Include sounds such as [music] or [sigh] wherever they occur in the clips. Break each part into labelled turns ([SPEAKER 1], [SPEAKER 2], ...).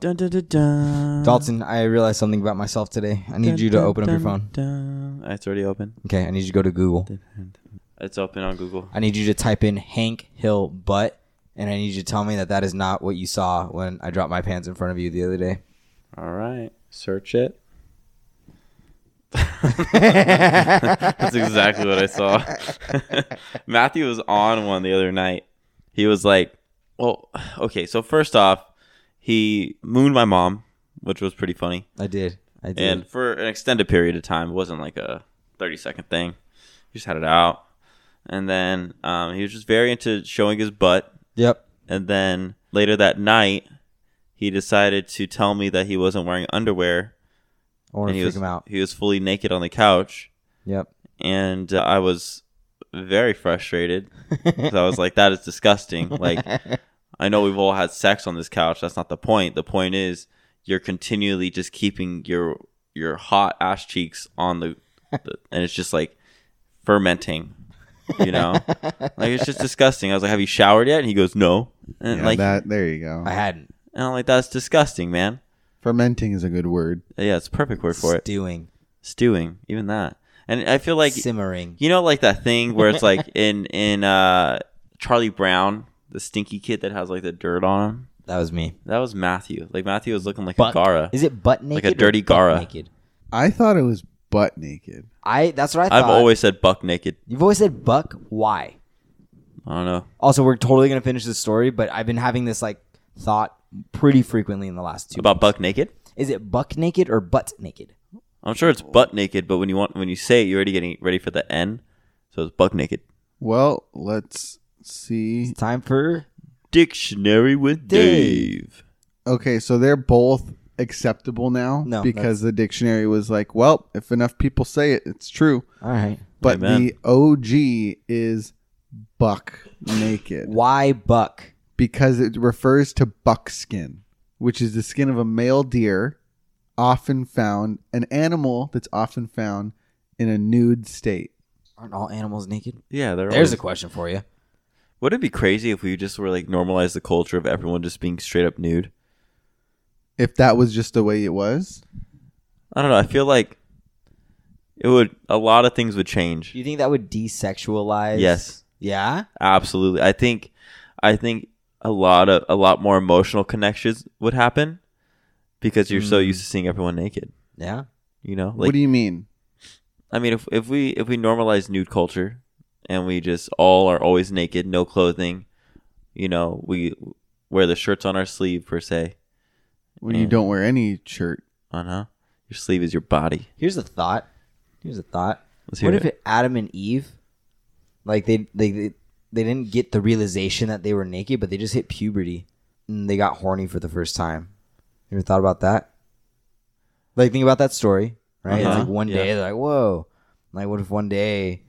[SPEAKER 1] Dun, dun, dun, dun.
[SPEAKER 2] Mm-hmm. Dalton, I realized something about myself today. I need
[SPEAKER 1] Dun,
[SPEAKER 2] you to
[SPEAKER 1] dun,
[SPEAKER 2] open up your
[SPEAKER 1] dun,
[SPEAKER 2] phone.
[SPEAKER 1] dun. It's already open.
[SPEAKER 2] Okay, I need you to go to Google.
[SPEAKER 1] It's open on Google.
[SPEAKER 2] I need you to type in Hank Hill butt, and I need you to tell me that that is not what you saw when I dropped my pants in front of you the other day.
[SPEAKER 1] All right. Search [laughs] it. That's exactly what I [laughs] saw. Matthew was on one the other night. He was like, well, okay, so first off, he mooned my mom, which was pretty funny.
[SPEAKER 2] I did. I did.
[SPEAKER 1] and for an extended period of time. It wasn't like a 30 second thing. He just had it out. And then um, he was just very into showing his butt.
[SPEAKER 2] yep.
[SPEAKER 1] And then later that night, he decided to tell me that he wasn't wearing underwear.
[SPEAKER 2] I want
[SPEAKER 1] and
[SPEAKER 2] to
[SPEAKER 1] he
[SPEAKER 2] freak
[SPEAKER 1] was,
[SPEAKER 2] him out.
[SPEAKER 1] He was fully naked on the couch.
[SPEAKER 2] Yep.
[SPEAKER 1] And uh, I was very frustrated. 'cause I was like, that is disgusting.
[SPEAKER 3] [laughs]
[SPEAKER 1] Like, I know we've all had sex on this couch. That's not the point. The point is you're continually just keeping your your hot ass cheeks on the, the and it's just like fermenting. You know, like it's just disgusting. I was like, "Have you showered yet?" And he goes, "No." And
[SPEAKER 3] Yeah,
[SPEAKER 1] like,
[SPEAKER 3] that. There you go.
[SPEAKER 2] I hadn't.
[SPEAKER 1] and I'm like, "That's disgusting, man."
[SPEAKER 3] Fermenting is a good word.
[SPEAKER 1] Yeah, it's a perfect word for it.
[SPEAKER 2] Stewing.
[SPEAKER 1] Stewing, even that. And I feel like
[SPEAKER 2] simmering.
[SPEAKER 1] you know, like that thing where it's [laughs] like in in uh Charlie Brown, the stinky kid that has like the dirt on him.
[SPEAKER 2] That was me.
[SPEAKER 1] That was Matthew. Like Matthew was looking like a
[SPEAKER 2] Butt.
[SPEAKER 1] Gara.
[SPEAKER 2] Is it butt
[SPEAKER 1] Like
[SPEAKER 2] naked?
[SPEAKER 1] a
[SPEAKER 2] or
[SPEAKER 1] dirty
[SPEAKER 2] butt
[SPEAKER 1] Gara.
[SPEAKER 2] Naked.
[SPEAKER 3] I thought it was butt naked.
[SPEAKER 2] I. That's what I
[SPEAKER 1] I've
[SPEAKER 2] thought.
[SPEAKER 1] always said buck naked.
[SPEAKER 2] You've always said buck. Why?
[SPEAKER 1] I don't know
[SPEAKER 2] Also, we're totally gonna finish this story, but I've been having this like thought pretty frequently in the last two.
[SPEAKER 1] about buck naked.
[SPEAKER 2] Is it buck naked or butt naked?
[SPEAKER 1] I'm sure it's butt naked, but when you want when you say it, you're already getting ready for the N, so it's buck naked.
[SPEAKER 3] Well, let's see.
[SPEAKER 2] It's time for
[SPEAKER 1] Dictionary with Dave.
[SPEAKER 2] Dave.
[SPEAKER 3] Okay, so they're both acceptable now
[SPEAKER 2] No,
[SPEAKER 3] because the dictionary was like, well, if enough people say it, it's true.
[SPEAKER 2] all right.
[SPEAKER 3] But
[SPEAKER 1] Amen.
[SPEAKER 3] the OG is buck naked
[SPEAKER 2] Why buck?
[SPEAKER 3] because it refers to buckskin, which is the skin of a male deer, often found an animal that's often found in a nude state.
[SPEAKER 2] Aren't all animals naked?
[SPEAKER 1] Yeah, they're
[SPEAKER 2] There's
[SPEAKER 1] always,
[SPEAKER 2] a question for you.
[SPEAKER 1] would it be crazy if we just were like normalize the culture of everyone just being straight up nude?
[SPEAKER 3] If that was just the way it was,
[SPEAKER 1] I don't know. I feel like it would a lot of things would change.
[SPEAKER 2] Do you think that would desexualize?
[SPEAKER 1] Yes.
[SPEAKER 2] Yeah.
[SPEAKER 1] Absolutely. I think I think a lot of a lot more emotional connections would happen because you're so
[SPEAKER 2] Mm.
[SPEAKER 1] used to seeing everyone naked.
[SPEAKER 2] Yeah.
[SPEAKER 1] You know,
[SPEAKER 3] what
[SPEAKER 1] like
[SPEAKER 3] do you mean?
[SPEAKER 1] I mean, if if we if we normalize nude culture and we just all are always naked, no clothing, you know, we wear the shirts on our sleeve per se.
[SPEAKER 3] When you
[SPEAKER 1] Yeah.
[SPEAKER 3] don't wear any shirt,
[SPEAKER 1] Uh huh. Your sleeve is your body.
[SPEAKER 2] Here's a thought. Here's a thought.
[SPEAKER 1] Let's hear
[SPEAKER 2] What if
[SPEAKER 1] it.
[SPEAKER 2] it, Adam and Eve, like they, they they they didn't get the realization that they were naked, but they just hit puberty and they got horny for the first time. You ever thought about that? Like think about that story, right? It's
[SPEAKER 1] Uh-huh,
[SPEAKER 2] like one
[SPEAKER 1] yeah.
[SPEAKER 2] day they're like, "Whoa!" Like what if one day,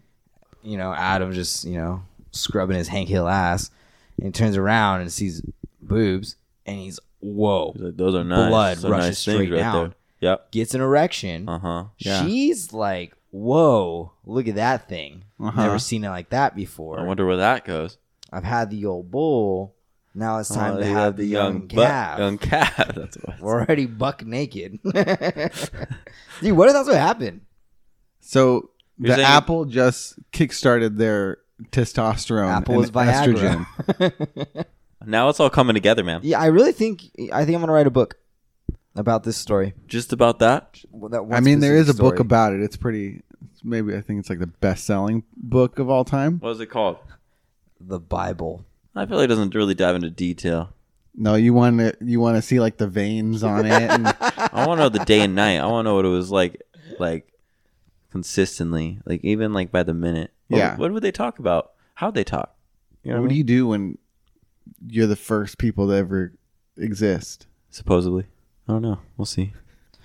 [SPEAKER 2] you know, Adam just you know scrubbing his Hank Hill ass, and he turns around and sees boobs, and he's whoa,
[SPEAKER 1] He's like, Those are nice.
[SPEAKER 2] Blood
[SPEAKER 1] Those are
[SPEAKER 2] rushes
[SPEAKER 1] nice things
[SPEAKER 2] straight down.
[SPEAKER 1] there. Yep.
[SPEAKER 2] gets an erection.
[SPEAKER 1] Uh huh.
[SPEAKER 2] She's like, "Whoa, look at that thing!
[SPEAKER 3] Uh-huh.
[SPEAKER 2] Never seen it like that before.
[SPEAKER 1] I wonder where that goes.
[SPEAKER 2] I've had the old bull. Now it's time
[SPEAKER 1] Oh,
[SPEAKER 2] to
[SPEAKER 1] you
[SPEAKER 2] have the young,
[SPEAKER 1] butt-
[SPEAKER 2] calf.
[SPEAKER 1] Young calf. [laughs] That's what.
[SPEAKER 2] We're already buck naked, [laughs] dude. What if that's what happened?
[SPEAKER 3] So
[SPEAKER 1] You're
[SPEAKER 3] the
[SPEAKER 1] saying-
[SPEAKER 3] apple just kickstarted their testosterone.
[SPEAKER 2] Apple
[SPEAKER 3] and
[SPEAKER 2] is Viagra.
[SPEAKER 3] Um, estrogen.
[SPEAKER 1] Now it's all coming together, man.
[SPEAKER 2] [laughs] yeah, I really think I think I'm gonna write a book about this story.
[SPEAKER 1] Just about that.
[SPEAKER 2] Well, that one
[SPEAKER 3] I mean, there is a
[SPEAKER 2] specific
[SPEAKER 3] book
[SPEAKER 2] story.
[SPEAKER 3] about it. It's pretty. Maybe I think it's like the best-selling book of all time.
[SPEAKER 1] What is it called?
[SPEAKER 2] the Bible.
[SPEAKER 1] I feel like it doesn't really dive into detail.
[SPEAKER 3] No, you want to you want to see like the veins on it.
[SPEAKER 2] [laughs]
[SPEAKER 3] And
[SPEAKER 1] I want to know the day and night. I want to know what it was like, like consistently, like even like by the minute. What,
[SPEAKER 3] Yeah.
[SPEAKER 1] What would they talk about? How'd they talk? You know what,
[SPEAKER 3] what
[SPEAKER 1] I
[SPEAKER 3] do
[SPEAKER 1] mean?
[SPEAKER 3] you do when you're the first people to ever exist?
[SPEAKER 1] Supposedly. I don't know. We'll see.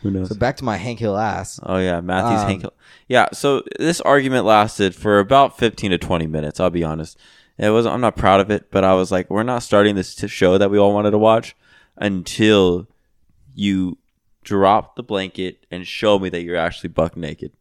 [SPEAKER 1] Who knows?
[SPEAKER 2] So back to my Hank Hill ass.
[SPEAKER 1] oh yeah, Matthew's
[SPEAKER 2] Um,
[SPEAKER 1] Hank. Hill. Yeah. So this argument lasted for about fifteen to twenty minutes. I'll be honest. It was. I'm not proud of it, but I was like, we're not starting this t- show that we all wanted to watch until you drop the blanket and show me that you're actually buck naked.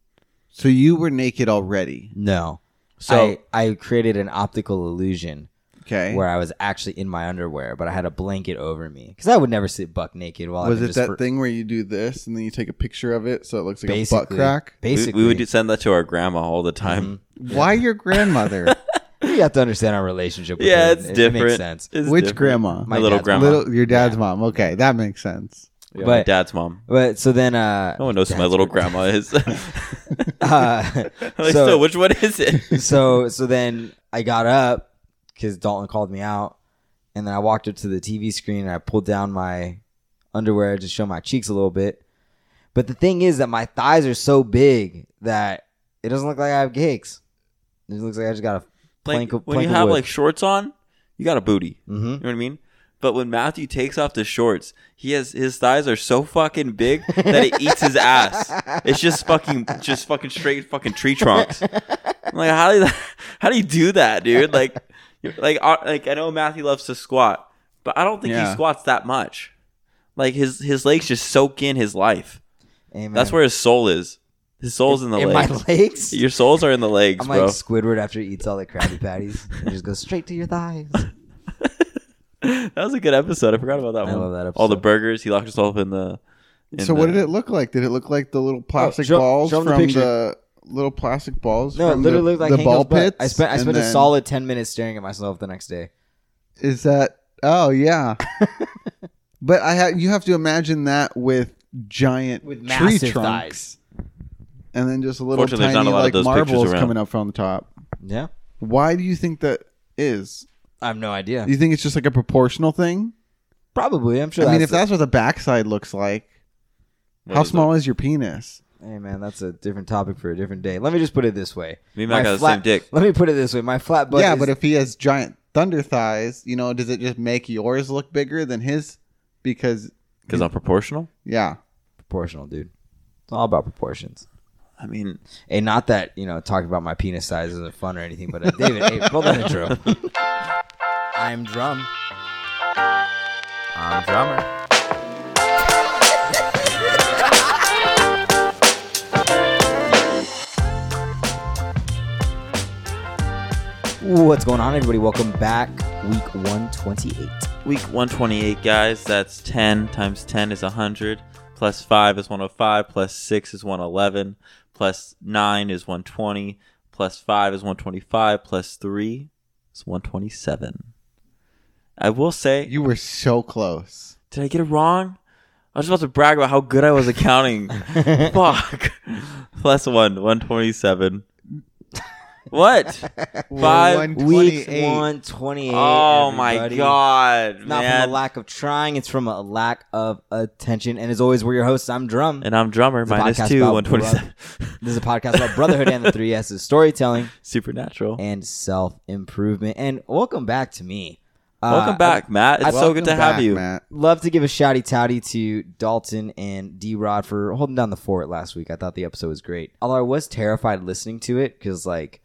[SPEAKER 3] So you were naked already.
[SPEAKER 2] No,
[SPEAKER 1] So
[SPEAKER 2] I, I created an optical illusion.
[SPEAKER 3] Okay.
[SPEAKER 2] where I was actually in my underwear, but I had a blanket over me because I would never sit buck naked while
[SPEAKER 3] was
[SPEAKER 2] I'm
[SPEAKER 3] it
[SPEAKER 2] just
[SPEAKER 3] that
[SPEAKER 2] for-
[SPEAKER 3] thing where you do this and then you take a picture of it so it looks like a butt
[SPEAKER 2] Basically.
[SPEAKER 3] crack?
[SPEAKER 1] We,
[SPEAKER 2] Basically, Mm-hmm.
[SPEAKER 1] we would do- send that to our grandma all the time.
[SPEAKER 3] Why
[SPEAKER 2] [laughs]
[SPEAKER 3] your grandmother?
[SPEAKER 2] you have to understand our relationship. With
[SPEAKER 1] Yeah,
[SPEAKER 2] her.
[SPEAKER 1] it's
[SPEAKER 2] It- It
[SPEAKER 1] different.
[SPEAKER 2] makes sense.
[SPEAKER 1] [laughs] It's
[SPEAKER 3] Which
[SPEAKER 1] different.
[SPEAKER 3] grandma?
[SPEAKER 1] My,
[SPEAKER 2] My
[SPEAKER 1] little
[SPEAKER 2] dad's
[SPEAKER 1] grandma.
[SPEAKER 3] Little your dad's mom. Okay, that makes sense.
[SPEAKER 1] Yeah, my
[SPEAKER 2] But-
[SPEAKER 1] dad's mom.
[SPEAKER 2] But so then,
[SPEAKER 1] [laughs]
[SPEAKER 2] uh, [laughs]
[SPEAKER 1] No one knows who my
[SPEAKER 2] that's
[SPEAKER 1] little
[SPEAKER 2] what-
[SPEAKER 1] grandma is. [laughs] like,
[SPEAKER 2] Uh,
[SPEAKER 1] so,
[SPEAKER 2] so-
[SPEAKER 1] which one is it?
[SPEAKER 2] so so then I got up because Dalton called me out, and then I walked up to the TV screen and I pulled down my underwear to show my cheeks a little bit. But the thing is that my thighs are so big that it doesn't look like I have cakes. It looks like I just got a
[SPEAKER 1] Like
[SPEAKER 2] [laughs] Plank of-
[SPEAKER 1] when you
[SPEAKER 2] plank of
[SPEAKER 1] have
[SPEAKER 2] wood.
[SPEAKER 1] like shorts on, you got a booty.
[SPEAKER 2] mm-hmm.
[SPEAKER 1] You know what I mean? But when Matthew takes off the shorts, he has his thighs are so fucking big that it eats his ass. It's just fucking just fucking straight fucking tree trunks. I'm like how do you, [laughs] how do you do that, dude? Like you're- like uh, like I know Matthew loves to squat, but I don't think
[SPEAKER 3] Yeah.
[SPEAKER 1] he squats that much. Like his his legs just soak in his life.
[SPEAKER 2] Amen.
[SPEAKER 1] That's where his soul is. His soul's in the
[SPEAKER 2] in
[SPEAKER 1] legs.
[SPEAKER 2] my [laughs]
[SPEAKER 1] [laughs]
[SPEAKER 2] legs.
[SPEAKER 1] Your souls are in the
[SPEAKER 2] [laughs]
[SPEAKER 1] legs,
[SPEAKER 2] I'm
[SPEAKER 1] bro.
[SPEAKER 2] like Squidward after he eats all the Krabby Patties. it just goes straight to your thighs.
[SPEAKER 1] [laughs]
[SPEAKER 3] [laughs]
[SPEAKER 1] that was a good episode. I forgot about that
[SPEAKER 2] I
[SPEAKER 1] one.
[SPEAKER 2] love that
[SPEAKER 1] All the
[SPEAKER 2] episode.
[SPEAKER 1] burgers. He locked himself in the. in
[SPEAKER 3] so what
[SPEAKER 1] the-
[SPEAKER 3] did it look like? Did it look like the little plastic
[SPEAKER 2] Oh, show-
[SPEAKER 3] balls
[SPEAKER 2] show 'em the
[SPEAKER 3] from the,
[SPEAKER 2] picture.
[SPEAKER 3] little plastic balls?
[SPEAKER 2] No, it
[SPEAKER 3] from
[SPEAKER 2] literally
[SPEAKER 3] the,
[SPEAKER 2] looked like
[SPEAKER 3] the
[SPEAKER 2] Hank
[SPEAKER 3] ball
[SPEAKER 2] Hill's butt.
[SPEAKER 3] pits.
[SPEAKER 2] I spent I
[SPEAKER 3] and
[SPEAKER 2] spent a
[SPEAKER 3] then-
[SPEAKER 2] solid ten minutes staring at myself the next day.
[SPEAKER 3] Is that? Oh
[SPEAKER 2] [laughs]
[SPEAKER 3] yeah. but I have you have to imagine that with giant
[SPEAKER 2] With
[SPEAKER 3] tree
[SPEAKER 2] massive
[SPEAKER 3] trunks, and then just a little
[SPEAKER 1] Fortunately,
[SPEAKER 3] tiny
[SPEAKER 1] there's not a lot of
[SPEAKER 3] like
[SPEAKER 1] those pictures
[SPEAKER 3] marbles
[SPEAKER 1] around.
[SPEAKER 3] coming up from the top.
[SPEAKER 2] Yeah,
[SPEAKER 3] Why do you think that is?
[SPEAKER 2] I have no idea.
[SPEAKER 3] Do you think it's just like a proportional thing?
[SPEAKER 2] Probably, I'm sure.
[SPEAKER 3] I mean, if
[SPEAKER 2] that's
[SPEAKER 3] that's what the backside looks like,
[SPEAKER 1] what
[SPEAKER 3] how
[SPEAKER 1] is it?
[SPEAKER 3] small is your penis?
[SPEAKER 2] hey man, that's a different topic for a different day. Let me just put it this way:
[SPEAKER 1] Me and Mac
[SPEAKER 2] My
[SPEAKER 1] got the
[SPEAKER 2] flat-
[SPEAKER 1] same dick.
[SPEAKER 2] Let me put it this way: my flat butt.
[SPEAKER 3] yeah,
[SPEAKER 2] is-
[SPEAKER 3] but if he has giant thunder thighs, you know, does it just make yours look bigger than his? Because
[SPEAKER 1] Because I'm proportional.
[SPEAKER 3] yeah,
[SPEAKER 2] proportional, dude. It's all about proportions.
[SPEAKER 1] I mean,
[SPEAKER 2] Hey, not that you know talking about my penis size isn't fun or anything, but uh, David, [laughs] hey, pull that intro. I'm drum. I'm drummer. What's going on, everybody? Welcome back, week one twenty-eight. [laughs]
[SPEAKER 1] week 128, guys. That's 10 times 10 is 100. Plus 5 is 105. Plus 6 is 111. Plus 9 is 120. Plus 5 is 125. Plus 3 is 127. I will say,
[SPEAKER 3] you were so close.
[SPEAKER 1] did I get it wrong? I was about to brag about how good I was at counting.
[SPEAKER 3] [laughs]
[SPEAKER 1] Fuck. Plus 1, 127.
[SPEAKER 3] [laughs]
[SPEAKER 1] What? Five
[SPEAKER 2] Week one twenty-eight.
[SPEAKER 1] Oh my
[SPEAKER 2] everybody.
[SPEAKER 1] god,
[SPEAKER 2] It's not
[SPEAKER 1] man.
[SPEAKER 2] from a lack of trying, it's from a lack of attention. And as always, we're your hosts. I'm Drum.
[SPEAKER 1] and I'm drummer
[SPEAKER 2] a
[SPEAKER 1] minus
[SPEAKER 2] podcast
[SPEAKER 1] two
[SPEAKER 2] about
[SPEAKER 1] one twenty seven.
[SPEAKER 2] This is a podcast about brotherhood and the three S's storytelling
[SPEAKER 1] [laughs] Supernatural.
[SPEAKER 2] and self improvement. And welcome back to me. Uh,
[SPEAKER 1] welcome back, Matt. It's so good to have you.
[SPEAKER 3] Matt.
[SPEAKER 2] I'd love to give a shouty touty to Dalton and D Rod for holding down the fort last week. I thought the episode was great. Although I was terrified listening to it because, like,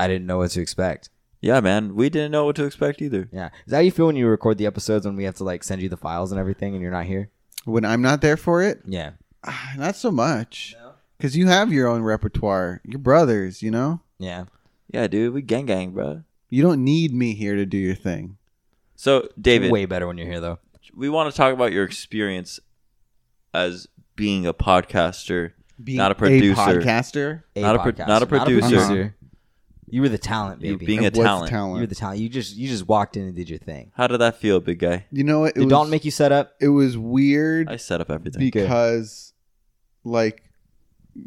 [SPEAKER 2] I didn't know what to expect.
[SPEAKER 1] Yeah, man. We didn't know what to expect either.
[SPEAKER 2] Yeah. Is that how you feel when you record the episodes when we have to, like, send you the files and everything and you're not here?
[SPEAKER 3] When I'm not there for it,
[SPEAKER 2] Yeah.
[SPEAKER 3] ah, not so much, because you have your own repertoire. Your brothers, you know,
[SPEAKER 2] Yeah.
[SPEAKER 1] Yeah, dude. We gang gang, bro.
[SPEAKER 3] you don't need me here to do your thing.
[SPEAKER 1] So, David,
[SPEAKER 2] Way better when you're here, though.
[SPEAKER 1] we want to talk about your experience as being a podcaster.
[SPEAKER 3] Being
[SPEAKER 1] Not a producer.
[SPEAKER 3] podcaster.
[SPEAKER 1] Not a pro-
[SPEAKER 2] podcaster,
[SPEAKER 1] not a producer.
[SPEAKER 2] Uh-huh. You were the talent,
[SPEAKER 1] You
[SPEAKER 2] baby.
[SPEAKER 1] being a
[SPEAKER 3] It was
[SPEAKER 1] talent.
[SPEAKER 2] You were the talent. You just you just walked in and did your thing.
[SPEAKER 1] How did that feel, big guy?
[SPEAKER 3] You know, what? it
[SPEAKER 2] Did
[SPEAKER 3] was
[SPEAKER 2] Dalton make you set up?
[SPEAKER 3] it was weird
[SPEAKER 1] I set up everything.
[SPEAKER 3] because like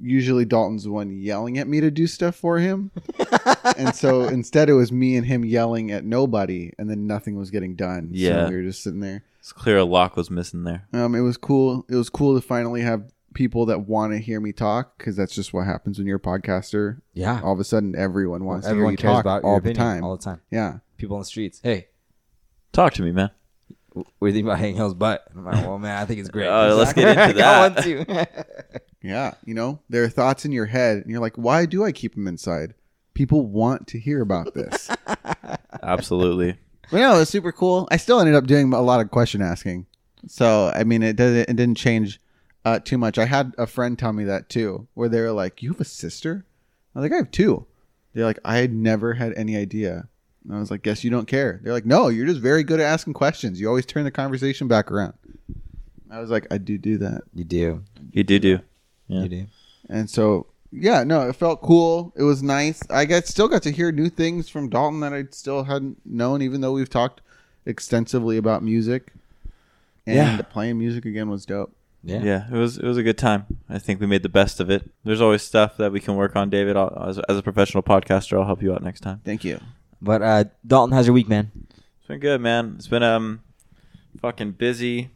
[SPEAKER 3] usually Dalton's the one yelling at me to do stuff
[SPEAKER 2] [laughs]
[SPEAKER 3] for him. and so instead it was me and him yelling at nobody and then nothing was getting done.
[SPEAKER 1] Yeah.
[SPEAKER 3] So we were just sitting there.
[SPEAKER 1] it's clear a lock was missing there.
[SPEAKER 3] Um it was cool. It was cool to finally have people that want to hear me talk cuz that's just what happens when you're a podcaster.
[SPEAKER 2] Yeah.
[SPEAKER 3] All of a sudden everyone wants
[SPEAKER 2] Everyone
[SPEAKER 3] to hear you
[SPEAKER 2] cares
[SPEAKER 3] talk
[SPEAKER 2] about your
[SPEAKER 3] all the
[SPEAKER 2] opinion
[SPEAKER 3] time.
[SPEAKER 2] All the time.
[SPEAKER 3] yeah.
[SPEAKER 2] People on the streets. Hey,
[SPEAKER 1] Talk to me,
[SPEAKER 2] [laughs]
[SPEAKER 1] man.
[SPEAKER 2] what do you think about Hank Hill's butt? And I'm like, well, man, I think it's great.
[SPEAKER 1] Uh, let's get
[SPEAKER 2] [laughs] I
[SPEAKER 1] into that.
[SPEAKER 2] got one, too. [laughs]
[SPEAKER 3] Yeah, you know, there are thoughts in your head and you're like, "Why do I keep them inside?" People want to hear about this.
[SPEAKER 1] Absolutely.
[SPEAKER 3] But no, it was super cool. I still ended up doing a lot of question asking. So I mean, it doesn't it didn't change uh, too much. I had a friend tell me that too, where they were like, "You have a sister?" I was like, "I have two. They're like, "I had never had any idea." And I was like, guess you don't care. They're like, no, you're just very good at asking questions. You always turn the conversation back around. I was like, I do do that.
[SPEAKER 2] You do.
[SPEAKER 1] You do do. Yeah.
[SPEAKER 2] You do.
[SPEAKER 3] And so, yeah, no, it felt cool. It was nice. I got still got to hear new things from Dalton that I still hadn't known, even though we've talked extensively about music. And
[SPEAKER 1] Yeah.
[SPEAKER 3] playing music again was dope.
[SPEAKER 2] Yeah.
[SPEAKER 1] Yeah. it was it was a good time. I think we made the best of it. There's always stuff that we can work on, David. I'll, as, as a professional podcaster, I'll help you out next time.
[SPEAKER 3] Thank you.
[SPEAKER 2] But uh, Dalton, how's your week, man?
[SPEAKER 1] It's been good, man. It's been um fucking busy.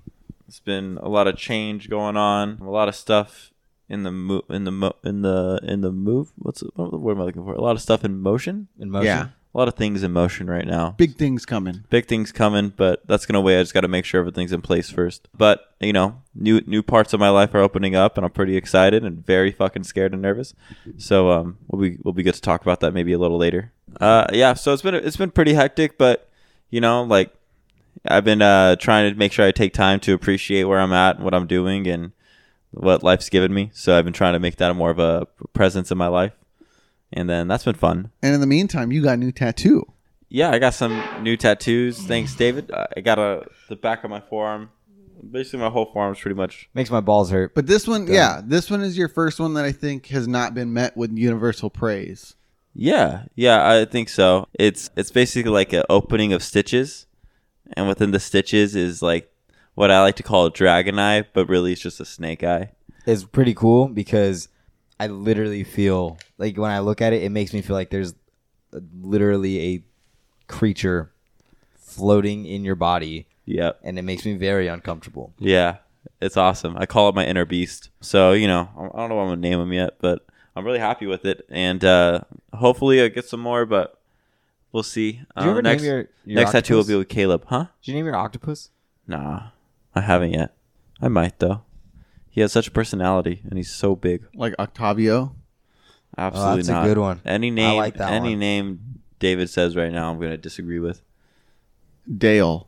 [SPEAKER 1] It's been a lot of change going on. A lot of stuff in the mo- in the mo- in the in the move. What's the, what word am I looking for? A lot of stuff in motion.
[SPEAKER 2] In motion.
[SPEAKER 3] Yeah.
[SPEAKER 1] A lot of things in motion right now.
[SPEAKER 3] Big things coming.
[SPEAKER 1] Big things coming, but that's gonna wait. I just got to make sure everything's in place first. But you know, new new parts of my life are opening up, and I'm pretty excited and very fucking scared and nervous. So um, we'll be we'll be good to talk about that maybe a little later. Uh, yeah. So it's been it's been pretty hectic, but you know, like I've been uh trying to make sure I take time to appreciate where I'm at, and what I'm doing, and what life's given me. So I've been trying to make that more of a presence in my life, and then that's been fun.
[SPEAKER 3] And in the meantime, you got a new tattoo.
[SPEAKER 1] Yeah, I got some new tattoos. Thanks, David. Uh, I got a the back of my forearm. Basically, my whole forearm's pretty much.
[SPEAKER 2] Makes my balls hurt.
[SPEAKER 3] But this one, yeah, this one is your first one that I think has not been met with universal praise.
[SPEAKER 1] Yeah, yeah, I think so. It's it's basically like an opening of stitches, and within the stitches is like what I like to call a dragon eye, but really it's just a snake eye.
[SPEAKER 2] It's pretty cool because I literally feel like when I look at it, it makes me feel like there's literally a creature floating in your body,
[SPEAKER 1] Yep.
[SPEAKER 2] and it makes me very uncomfortable.
[SPEAKER 1] Yeah, it's awesome. I call it my inner beast. So you know, I I don't know what I'm gonna name him yet, but I'm really happy with it, and uh, hopefully I get some more, but we'll see.
[SPEAKER 2] Did you ever
[SPEAKER 1] Uh, next
[SPEAKER 2] name your, your
[SPEAKER 1] next tattoo will
[SPEAKER 2] octopus?
[SPEAKER 1] be with Caleb, huh?
[SPEAKER 2] Did you name your octopus?
[SPEAKER 1] Nah, I haven't yet. I might though. He has such a personality, and he's so big.
[SPEAKER 3] Like Octavio.
[SPEAKER 1] Absolutely
[SPEAKER 2] Oh, that's a
[SPEAKER 1] not.
[SPEAKER 2] good one.
[SPEAKER 1] Any name,
[SPEAKER 2] like that
[SPEAKER 1] any
[SPEAKER 2] one.
[SPEAKER 1] name David says right now, I'm gonna disagree with.
[SPEAKER 3] Dale.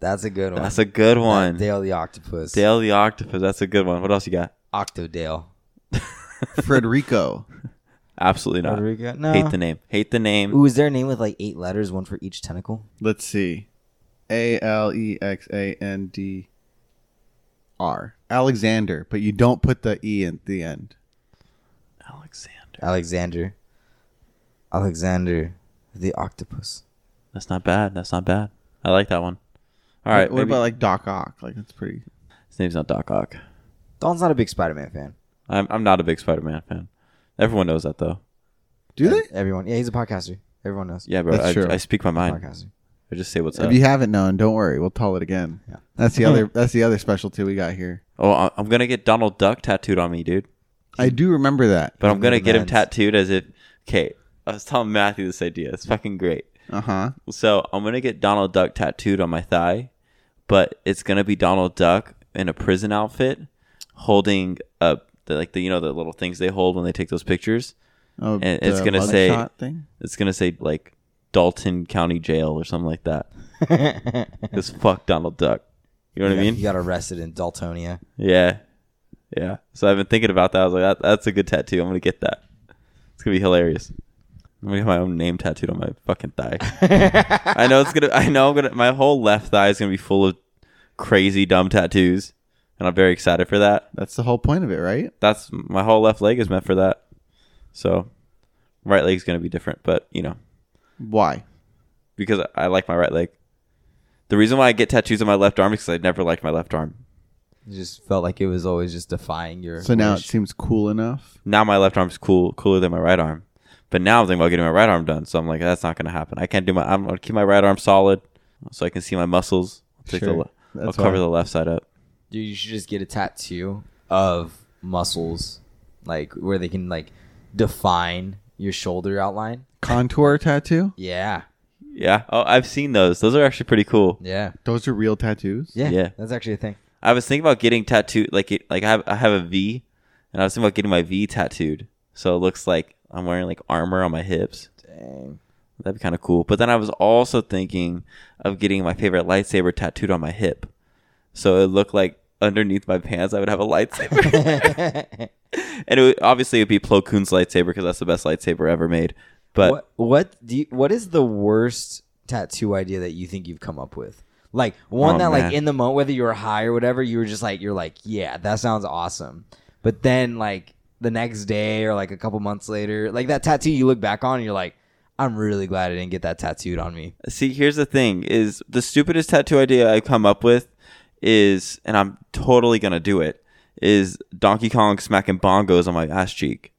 [SPEAKER 2] That's a good one.
[SPEAKER 1] That's a good one. Dale,
[SPEAKER 2] Dale the octopus.
[SPEAKER 1] the octopus. That's a good one. What else you got? [laughs]
[SPEAKER 2] Octodale.
[SPEAKER 3] Frederico.
[SPEAKER 1] Absolutely not.
[SPEAKER 2] Rodrigo? No.
[SPEAKER 1] Hate the name. Hate the name.
[SPEAKER 2] Ooh, is there a name with like eight letters, one for each tentacle?
[SPEAKER 3] Let's see. A L E X A N D R. Alexander, but you don't put the E at the end.
[SPEAKER 1] Alexander.
[SPEAKER 2] Alexander. Alexander the octopus.
[SPEAKER 1] That's not bad. That's not bad. I like that one. All right.
[SPEAKER 3] What
[SPEAKER 1] maybe-
[SPEAKER 3] about like Doc Ock? Like that's pretty.
[SPEAKER 1] his name's not Doc Ock?
[SPEAKER 2] Don's not a big Spider Man fan.
[SPEAKER 1] I'm I'm not a big Spider-Man fan. Everyone knows that though.
[SPEAKER 3] Do they?
[SPEAKER 2] Everyone. Yeah, he's a podcaster. Everyone knows.
[SPEAKER 1] Yeah, bro.
[SPEAKER 3] That's
[SPEAKER 1] I,
[SPEAKER 3] true.
[SPEAKER 1] I speak my mind.
[SPEAKER 2] Podcaster.
[SPEAKER 1] I just say what's
[SPEAKER 3] If
[SPEAKER 1] up.
[SPEAKER 3] you haven't known, don't worry. We'll tell it again.
[SPEAKER 2] Yeah.
[SPEAKER 3] That's the other. That's the other specialty we got here.
[SPEAKER 1] Oh, I- I'm gonna get Donald Duck tattooed on me, dude.
[SPEAKER 3] I do remember that.
[SPEAKER 1] But I'm gonna
[SPEAKER 2] Little
[SPEAKER 1] get him
[SPEAKER 2] man's.
[SPEAKER 1] tattooed as if. Okay, I was telling Matthew this idea. It's fucking great.
[SPEAKER 3] Uh huh.
[SPEAKER 1] So I'm gonna get Donald Duck tattooed on my thigh, but it's gonna be Donald Duck in a prison outfit, holding up the, like the you know the little things they hold when they take those pictures.
[SPEAKER 3] Oh,
[SPEAKER 1] And it's
[SPEAKER 3] the
[SPEAKER 1] gonna
[SPEAKER 3] mug
[SPEAKER 1] say-
[SPEAKER 3] shot thing.
[SPEAKER 1] It's gonna say like Dalton County Jail or something like that.
[SPEAKER 2] [laughs]
[SPEAKER 1] Because fuck Donald Duck. You know what I
[SPEAKER 2] He
[SPEAKER 1] mean?
[SPEAKER 2] got arrested in Daltonia.
[SPEAKER 1] Yeah, yeah. So I've been thinking about that. I was like, that, that's a good tattoo. I'm gonna get that. It's gonna be hilarious. I'm gonna get my own name tattooed on my fucking thigh. I know it's gonna. I know I'm gonna. My whole left thigh is gonna be full of crazy dumb tattoos, and I'm very excited for that.
[SPEAKER 3] That's the whole point of it, right?
[SPEAKER 1] That's my whole left leg is meant for that. So, right leg's gonna be different, but you know,
[SPEAKER 3] Why?
[SPEAKER 1] because I like my right leg. The reason why I get tattoos on my left arm is because I never liked my left arm.
[SPEAKER 2] It just felt like it was always just defying your.
[SPEAKER 3] So now it
[SPEAKER 2] wish.
[SPEAKER 3] seems cool enough.
[SPEAKER 1] Now my left arm's cool, cooler than my right arm. But now I'm thinking about getting my right arm done. So I'm like, that's not gonna happen. I can't do my. I'm gonna keep my right arm solid, so I can see my muscles. I'll, take the,
[SPEAKER 3] Sure.
[SPEAKER 1] le- I'll
[SPEAKER 3] That's
[SPEAKER 1] cover
[SPEAKER 3] why.
[SPEAKER 1] the left side up.
[SPEAKER 2] Dude, you should just get a tattoo of muscles, like where they can like define your shoulder outline.
[SPEAKER 3] Contour tattoo.
[SPEAKER 2] Yeah,
[SPEAKER 1] Yeah. Oh, I've seen those. Those are actually pretty cool.
[SPEAKER 2] yeah,
[SPEAKER 3] Those are real tattoos.
[SPEAKER 2] yeah.
[SPEAKER 1] Yeah.
[SPEAKER 2] That's actually a thing.
[SPEAKER 1] I was thinking about getting tattooed. Like, it, like I have, I have a V, and I was thinking about getting my V tattooed, so it looks like I'm wearing like armor on my hips.
[SPEAKER 2] Dang.
[SPEAKER 1] That'd be kind of cool. But then I was also thinking of getting my favorite lightsaber tattooed on my hip, so it looked like underneath my pants I would have a [laughs]
[SPEAKER 2] [laughs]
[SPEAKER 1] lightsaber, and it would, obviously it'd be Plo Koon's lightsaber because that's the best lightsaber ever made. But
[SPEAKER 2] what what do you, what is the worst tattoo idea that you think you've come up with? Like one
[SPEAKER 1] Oh,
[SPEAKER 2] that
[SPEAKER 1] man.
[SPEAKER 2] like in the moment, whether you were high or whatever, you were just like you're like, yeah, that sounds awesome. But then like the next day or like a couple months later, like that tattoo you look back on, and you're like, I'm really glad I didn't get that tattooed on me.
[SPEAKER 1] see, here's the thing: is the stupidest tattoo idea I come up with is, and I'm totally gonna do it. Is Donkey Kong smacking bongos on my ass cheek?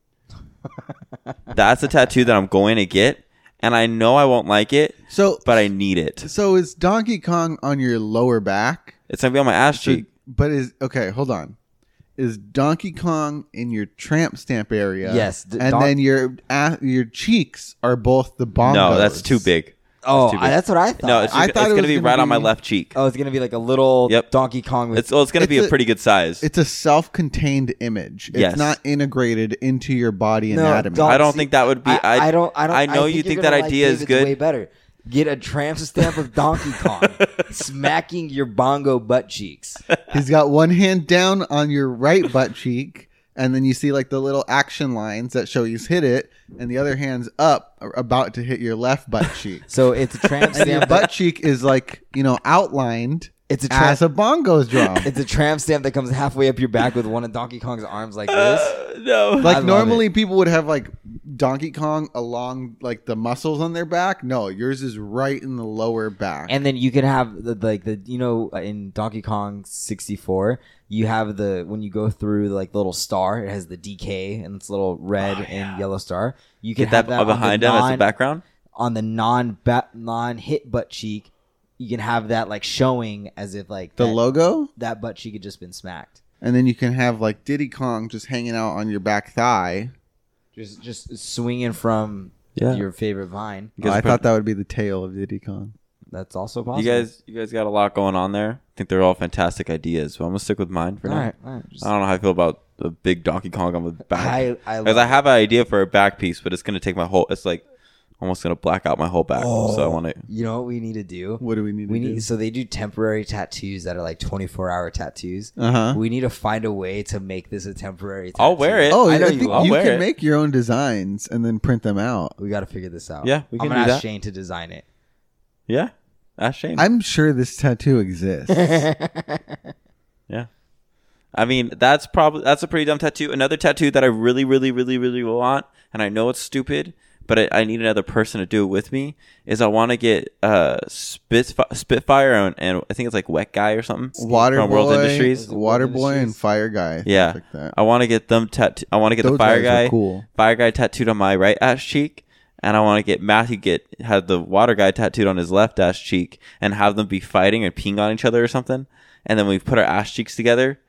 [SPEAKER 1] That's a tattoo that I'm going to get, and I know I won't like it,
[SPEAKER 3] So,
[SPEAKER 1] but I need it.
[SPEAKER 3] so is Donkey Kong on your lower back?
[SPEAKER 1] It's gonna be on my ass
[SPEAKER 3] So-
[SPEAKER 1] cheek.
[SPEAKER 3] but is okay. Hold on. Is Donkey Kong in your tramp stamp area?
[SPEAKER 2] Yes, d-
[SPEAKER 3] and
[SPEAKER 2] Don-
[SPEAKER 3] then your a- your cheeks are both the bongos.
[SPEAKER 1] No, that's too big.
[SPEAKER 2] Oh,
[SPEAKER 1] too big.
[SPEAKER 2] I, that's what I thought.
[SPEAKER 1] No, it's,
[SPEAKER 3] I
[SPEAKER 1] it's
[SPEAKER 3] thought it
[SPEAKER 1] gonna
[SPEAKER 3] was
[SPEAKER 1] be
[SPEAKER 3] gonna
[SPEAKER 1] right on my
[SPEAKER 3] be-
[SPEAKER 1] left cheek.
[SPEAKER 2] oh, it's gonna be like a little
[SPEAKER 1] Yep.
[SPEAKER 2] Donkey Kong with
[SPEAKER 1] It's well, it's gonna be
[SPEAKER 3] It's
[SPEAKER 1] a,
[SPEAKER 3] a-
[SPEAKER 1] pretty good size.
[SPEAKER 3] It's a self-contained image. It's
[SPEAKER 1] Yes.
[SPEAKER 3] not integrated into your body
[SPEAKER 2] No,
[SPEAKER 3] anatomy.
[SPEAKER 2] Don-
[SPEAKER 1] I don't
[SPEAKER 2] See,
[SPEAKER 1] think that would be. I,
[SPEAKER 2] I, I don't. I don't.
[SPEAKER 1] I know you
[SPEAKER 2] you're
[SPEAKER 1] think
[SPEAKER 2] gonna
[SPEAKER 1] that
[SPEAKER 2] like
[SPEAKER 1] idea is
[SPEAKER 2] David's
[SPEAKER 1] good.
[SPEAKER 2] Way better. Get a tramp stamp of Donkey
[SPEAKER 1] [laughs]
[SPEAKER 2] Kong smacking your bongo butt cheeks.
[SPEAKER 3] He's got one hand down on your right butt [laughs] cheek, and then you see like the little action lines that show he's hit it, and the other hand's up, a- about to hit your left butt
[SPEAKER 2] [laughs]
[SPEAKER 3] cheek.
[SPEAKER 2] So it's a tramp
[SPEAKER 3] and your
[SPEAKER 2] stamp.
[SPEAKER 3] butt cheek is like you know outlined
[SPEAKER 2] it's a tramp.
[SPEAKER 3] as a bongos drum.
[SPEAKER 2] it's a tramp stamp that comes halfway up your back with one of Donkey Kong's arms like this.
[SPEAKER 1] Uh, no,
[SPEAKER 3] [laughs] like
[SPEAKER 2] love
[SPEAKER 3] normally people would have like Donkey Kong along like the muscles on their back. No, yours is right in the lower back.
[SPEAKER 2] And then you can have the, like the you know uh, in Donkey Kong 64 you have the when you go through like the little star it has the DK and it's a little red and yellow star. You
[SPEAKER 1] Oh,
[SPEAKER 2] can
[SPEAKER 1] get
[SPEAKER 2] have
[SPEAKER 1] that,
[SPEAKER 2] that, on the
[SPEAKER 1] behind him as a
[SPEAKER 2] non-
[SPEAKER 1] background.
[SPEAKER 2] on the non non hit butt cheek, you can have that like showing as if like
[SPEAKER 3] the
[SPEAKER 2] that,
[SPEAKER 3] logo,
[SPEAKER 2] that butt cheek had just been smacked.
[SPEAKER 3] and then you can have like Diddy Kong just hanging out on your back thigh.
[SPEAKER 2] Just just swinging from
[SPEAKER 1] Yeah.
[SPEAKER 2] your favorite vine.
[SPEAKER 1] You guys,
[SPEAKER 3] Oh, I
[SPEAKER 1] put-
[SPEAKER 3] thought that would be the tail of Diddy Kong.
[SPEAKER 2] That's also
[SPEAKER 1] you
[SPEAKER 2] possible.
[SPEAKER 1] guys, you guys got a lot going on there. I think they're all fantastic ideas, but I'm gonna stick with mine for
[SPEAKER 2] all
[SPEAKER 1] now.
[SPEAKER 2] right, all right. Just,
[SPEAKER 1] I don't know how I feel about the big Donkey Kong on the back.
[SPEAKER 2] I I,
[SPEAKER 1] Because I have an idea for a back piece, but it's gonna take my whole. It's like almost gonna black out my whole back. So
[SPEAKER 2] Oh.
[SPEAKER 1] I want to.
[SPEAKER 2] You know what we need to do?
[SPEAKER 3] What do we need?
[SPEAKER 2] We
[SPEAKER 3] to
[SPEAKER 2] need so they do temporary tattoos that are like 24 hour tattoos.
[SPEAKER 3] Uh huh.
[SPEAKER 2] We need to find a way to make this a temporary. tattoo.
[SPEAKER 1] Uh-huh. I'll wear it.
[SPEAKER 3] Oh,
[SPEAKER 1] I
[SPEAKER 3] I,
[SPEAKER 1] know
[SPEAKER 3] think
[SPEAKER 1] you. I'll
[SPEAKER 3] you
[SPEAKER 1] wear
[SPEAKER 3] can
[SPEAKER 1] it.
[SPEAKER 3] make your own designs and then print them out.
[SPEAKER 2] We got to figure this out.
[SPEAKER 1] Yeah, we
[SPEAKER 2] I'm
[SPEAKER 1] can
[SPEAKER 2] gonna
[SPEAKER 1] do that.
[SPEAKER 2] ask Shane to design it.
[SPEAKER 1] yeah, that's shame.
[SPEAKER 3] I'm sure this tattoo exists.
[SPEAKER 2] [laughs]
[SPEAKER 1] Yeah. I mean, that's probably that's a pretty dumb tattoo. Another tattoo that I really, really, really, really want, and I know it's stupid, but I, I need another person to do it with me. Is I want to get uh Spitf- Spitfire and, and I think it's like Wet Guy or something
[SPEAKER 3] Water
[SPEAKER 1] from
[SPEAKER 3] boy,
[SPEAKER 1] World Industries.
[SPEAKER 3] Water boy,
[SPEAKER 2] Industries?
[SPEAKER 3] and fire guy.
[SPEAKER 1] Yeah,
[SPEAKER 3] like that.
[SPEAKER 1] I want to get them tattoo. I want to get the
[SPEAKER 3] Those
[SPEAKER 1] Fire
[SPEAKER 3] guys were
[SPEAKER 1] Guy
[SPEAKER 3] cool.
[SPEAKER 1] Fire Guy tattooed on my right ass cheek. And I want to get Matthew get had the water guy tattooed on his left ass cheek, and have them be fighting or peeing on each other or something. And then we put our ass cheeks together.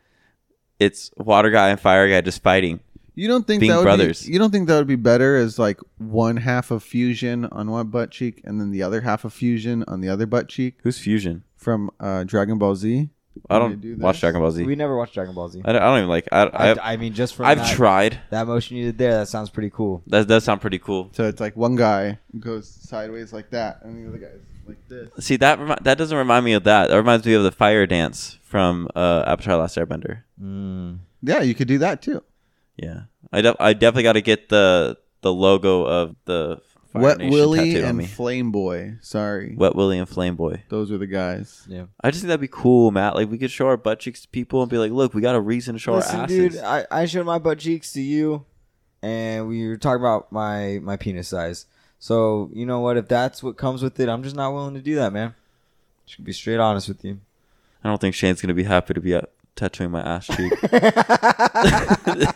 [SPEAKER 1] It's water guy and fire guy just fighting.
[SPEAKER 3] You don't think
[SPEAKER 1] being
[SPEAKER 3] that would
[SPEAKER 1] brothers.
[SPEAKER 3] Be, you don't think that would be better as like one half of fusion on one butt cheek and then the other half of fusion on the other butt cheek
[SPEAKER 1] Who's Fusion?
[SPEAKER 3] from uh, Dragon Ball Z?
[SPEAKER 1] I
[SPEAKER 3] When
[SPEAKER 1] don't
[SPEAKER 3] they do
[SPEAKER 1] watch
[SPEAKER 3] this.
[SPEAKER 1] Dragon Ball Z.
[SPEAKER 2] we never watched Dragon Ball Z.
[SPEAKER 1] I don't, I don't even like. I, I,
[SPEAKER 2] I,
[SPEAKER 1] have
[SPEAKER 2] I mean, just from that,
[SPEAKER 1] tried.
[SPEAKER 2] that motion you did there, that sounds pretty cool.
[SPEAKER 1] That does sound pretty cool.
[SPEAKER 3] So it's like one guy goes sideways like that, and the other guy's like this.
[SPEAKER 1] See that remi- that doesn't remind me of that. That reminds me of the fire dance from uh, Avatar: Last Airbender.
[SPEAKER 2] Mm,
[SPEAKER 3] Yeah, you could do that too.
[SPEAKER 1] Yeah, I def- I definitely got to get the the logo of the Fire
[SPEAKER 3] Wet
[SPEAKER 1] Nation
[SPEAKER 3] Willie
[SPEAKER 1] tattooed on
[SPEAKER 3] and
[SPEAKER 1] me.
[SPEAKER 3] Flame Boy. Sorry,
[SPEAKER 1] Wet Willie and Flame Boy.
[SPEAKER 3] those are the guys.
[SPEAKER 2] Yeah.
[SPEAKER 1] I just think that'd be cool, Matt. Like we could show our butt cheeks to people and be like, "Look, we got a reason to show
[SPEAKER 2] Listen,
[SPEAKER 1] our asses."
[SPEAKER 2] dude, I, I showed my butt cheeks to you, and we were talking about my my penis size. So you know what? If that's what comes with it, I'm just not willing to do that, man. Just gonna be straight honest with
[SPEAKER 1] [laughs]
[SPEAKER 2] you.
[SPEAKER 1] I don't think Shane's gonna be happy to be uh, tattooing my ass
[SPEAKER 3] [laughs]
[SPEAKER 1] cheek. [laughs]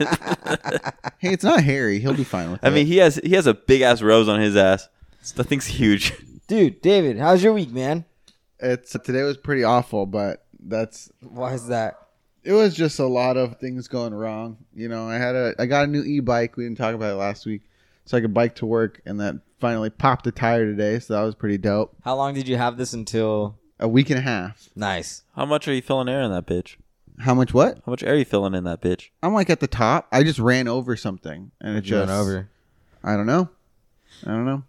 [SPEAKER 3] Hey, it's not Harry. He'll be fine with
[SPEAKER 1] I
[SPEAKER 3] it.
[SPEAKER 1] mean, he has he has a big ass rose on his ass. That thing's huge. [laughs]
[SPEAKER 2] Dude, David, how's your week, man?
[SPEAKER 3] it's today was pretty awful, but that's
[SPEAKER 2] Why is that?
[SPEAKER 3] it was just a lot of things going wrong. You know, I had a I got a new e bike. We didn't talk about it last week, so I could bike to work, and that finally popped a tire today. So that was pretty dope.
[SPEAKER 2] How long did you have this until?
[SPEAKER 3] A week and a half.
[SPEAKER 2] Nice.
[SPEAKER 1] How much are you filling air in that bitch?
[SPEAKER 3] How much? What?
[SPEAKER 1] How much air you filling in that bitch?
[SPEAKER 3] I'm like at the top. I just ran over something, and it
[SPEAKER 2] You
[SPEAKER 3] just
[SPEAKER 2] went over.
[SPEAKER 3] I don't know. I don't know.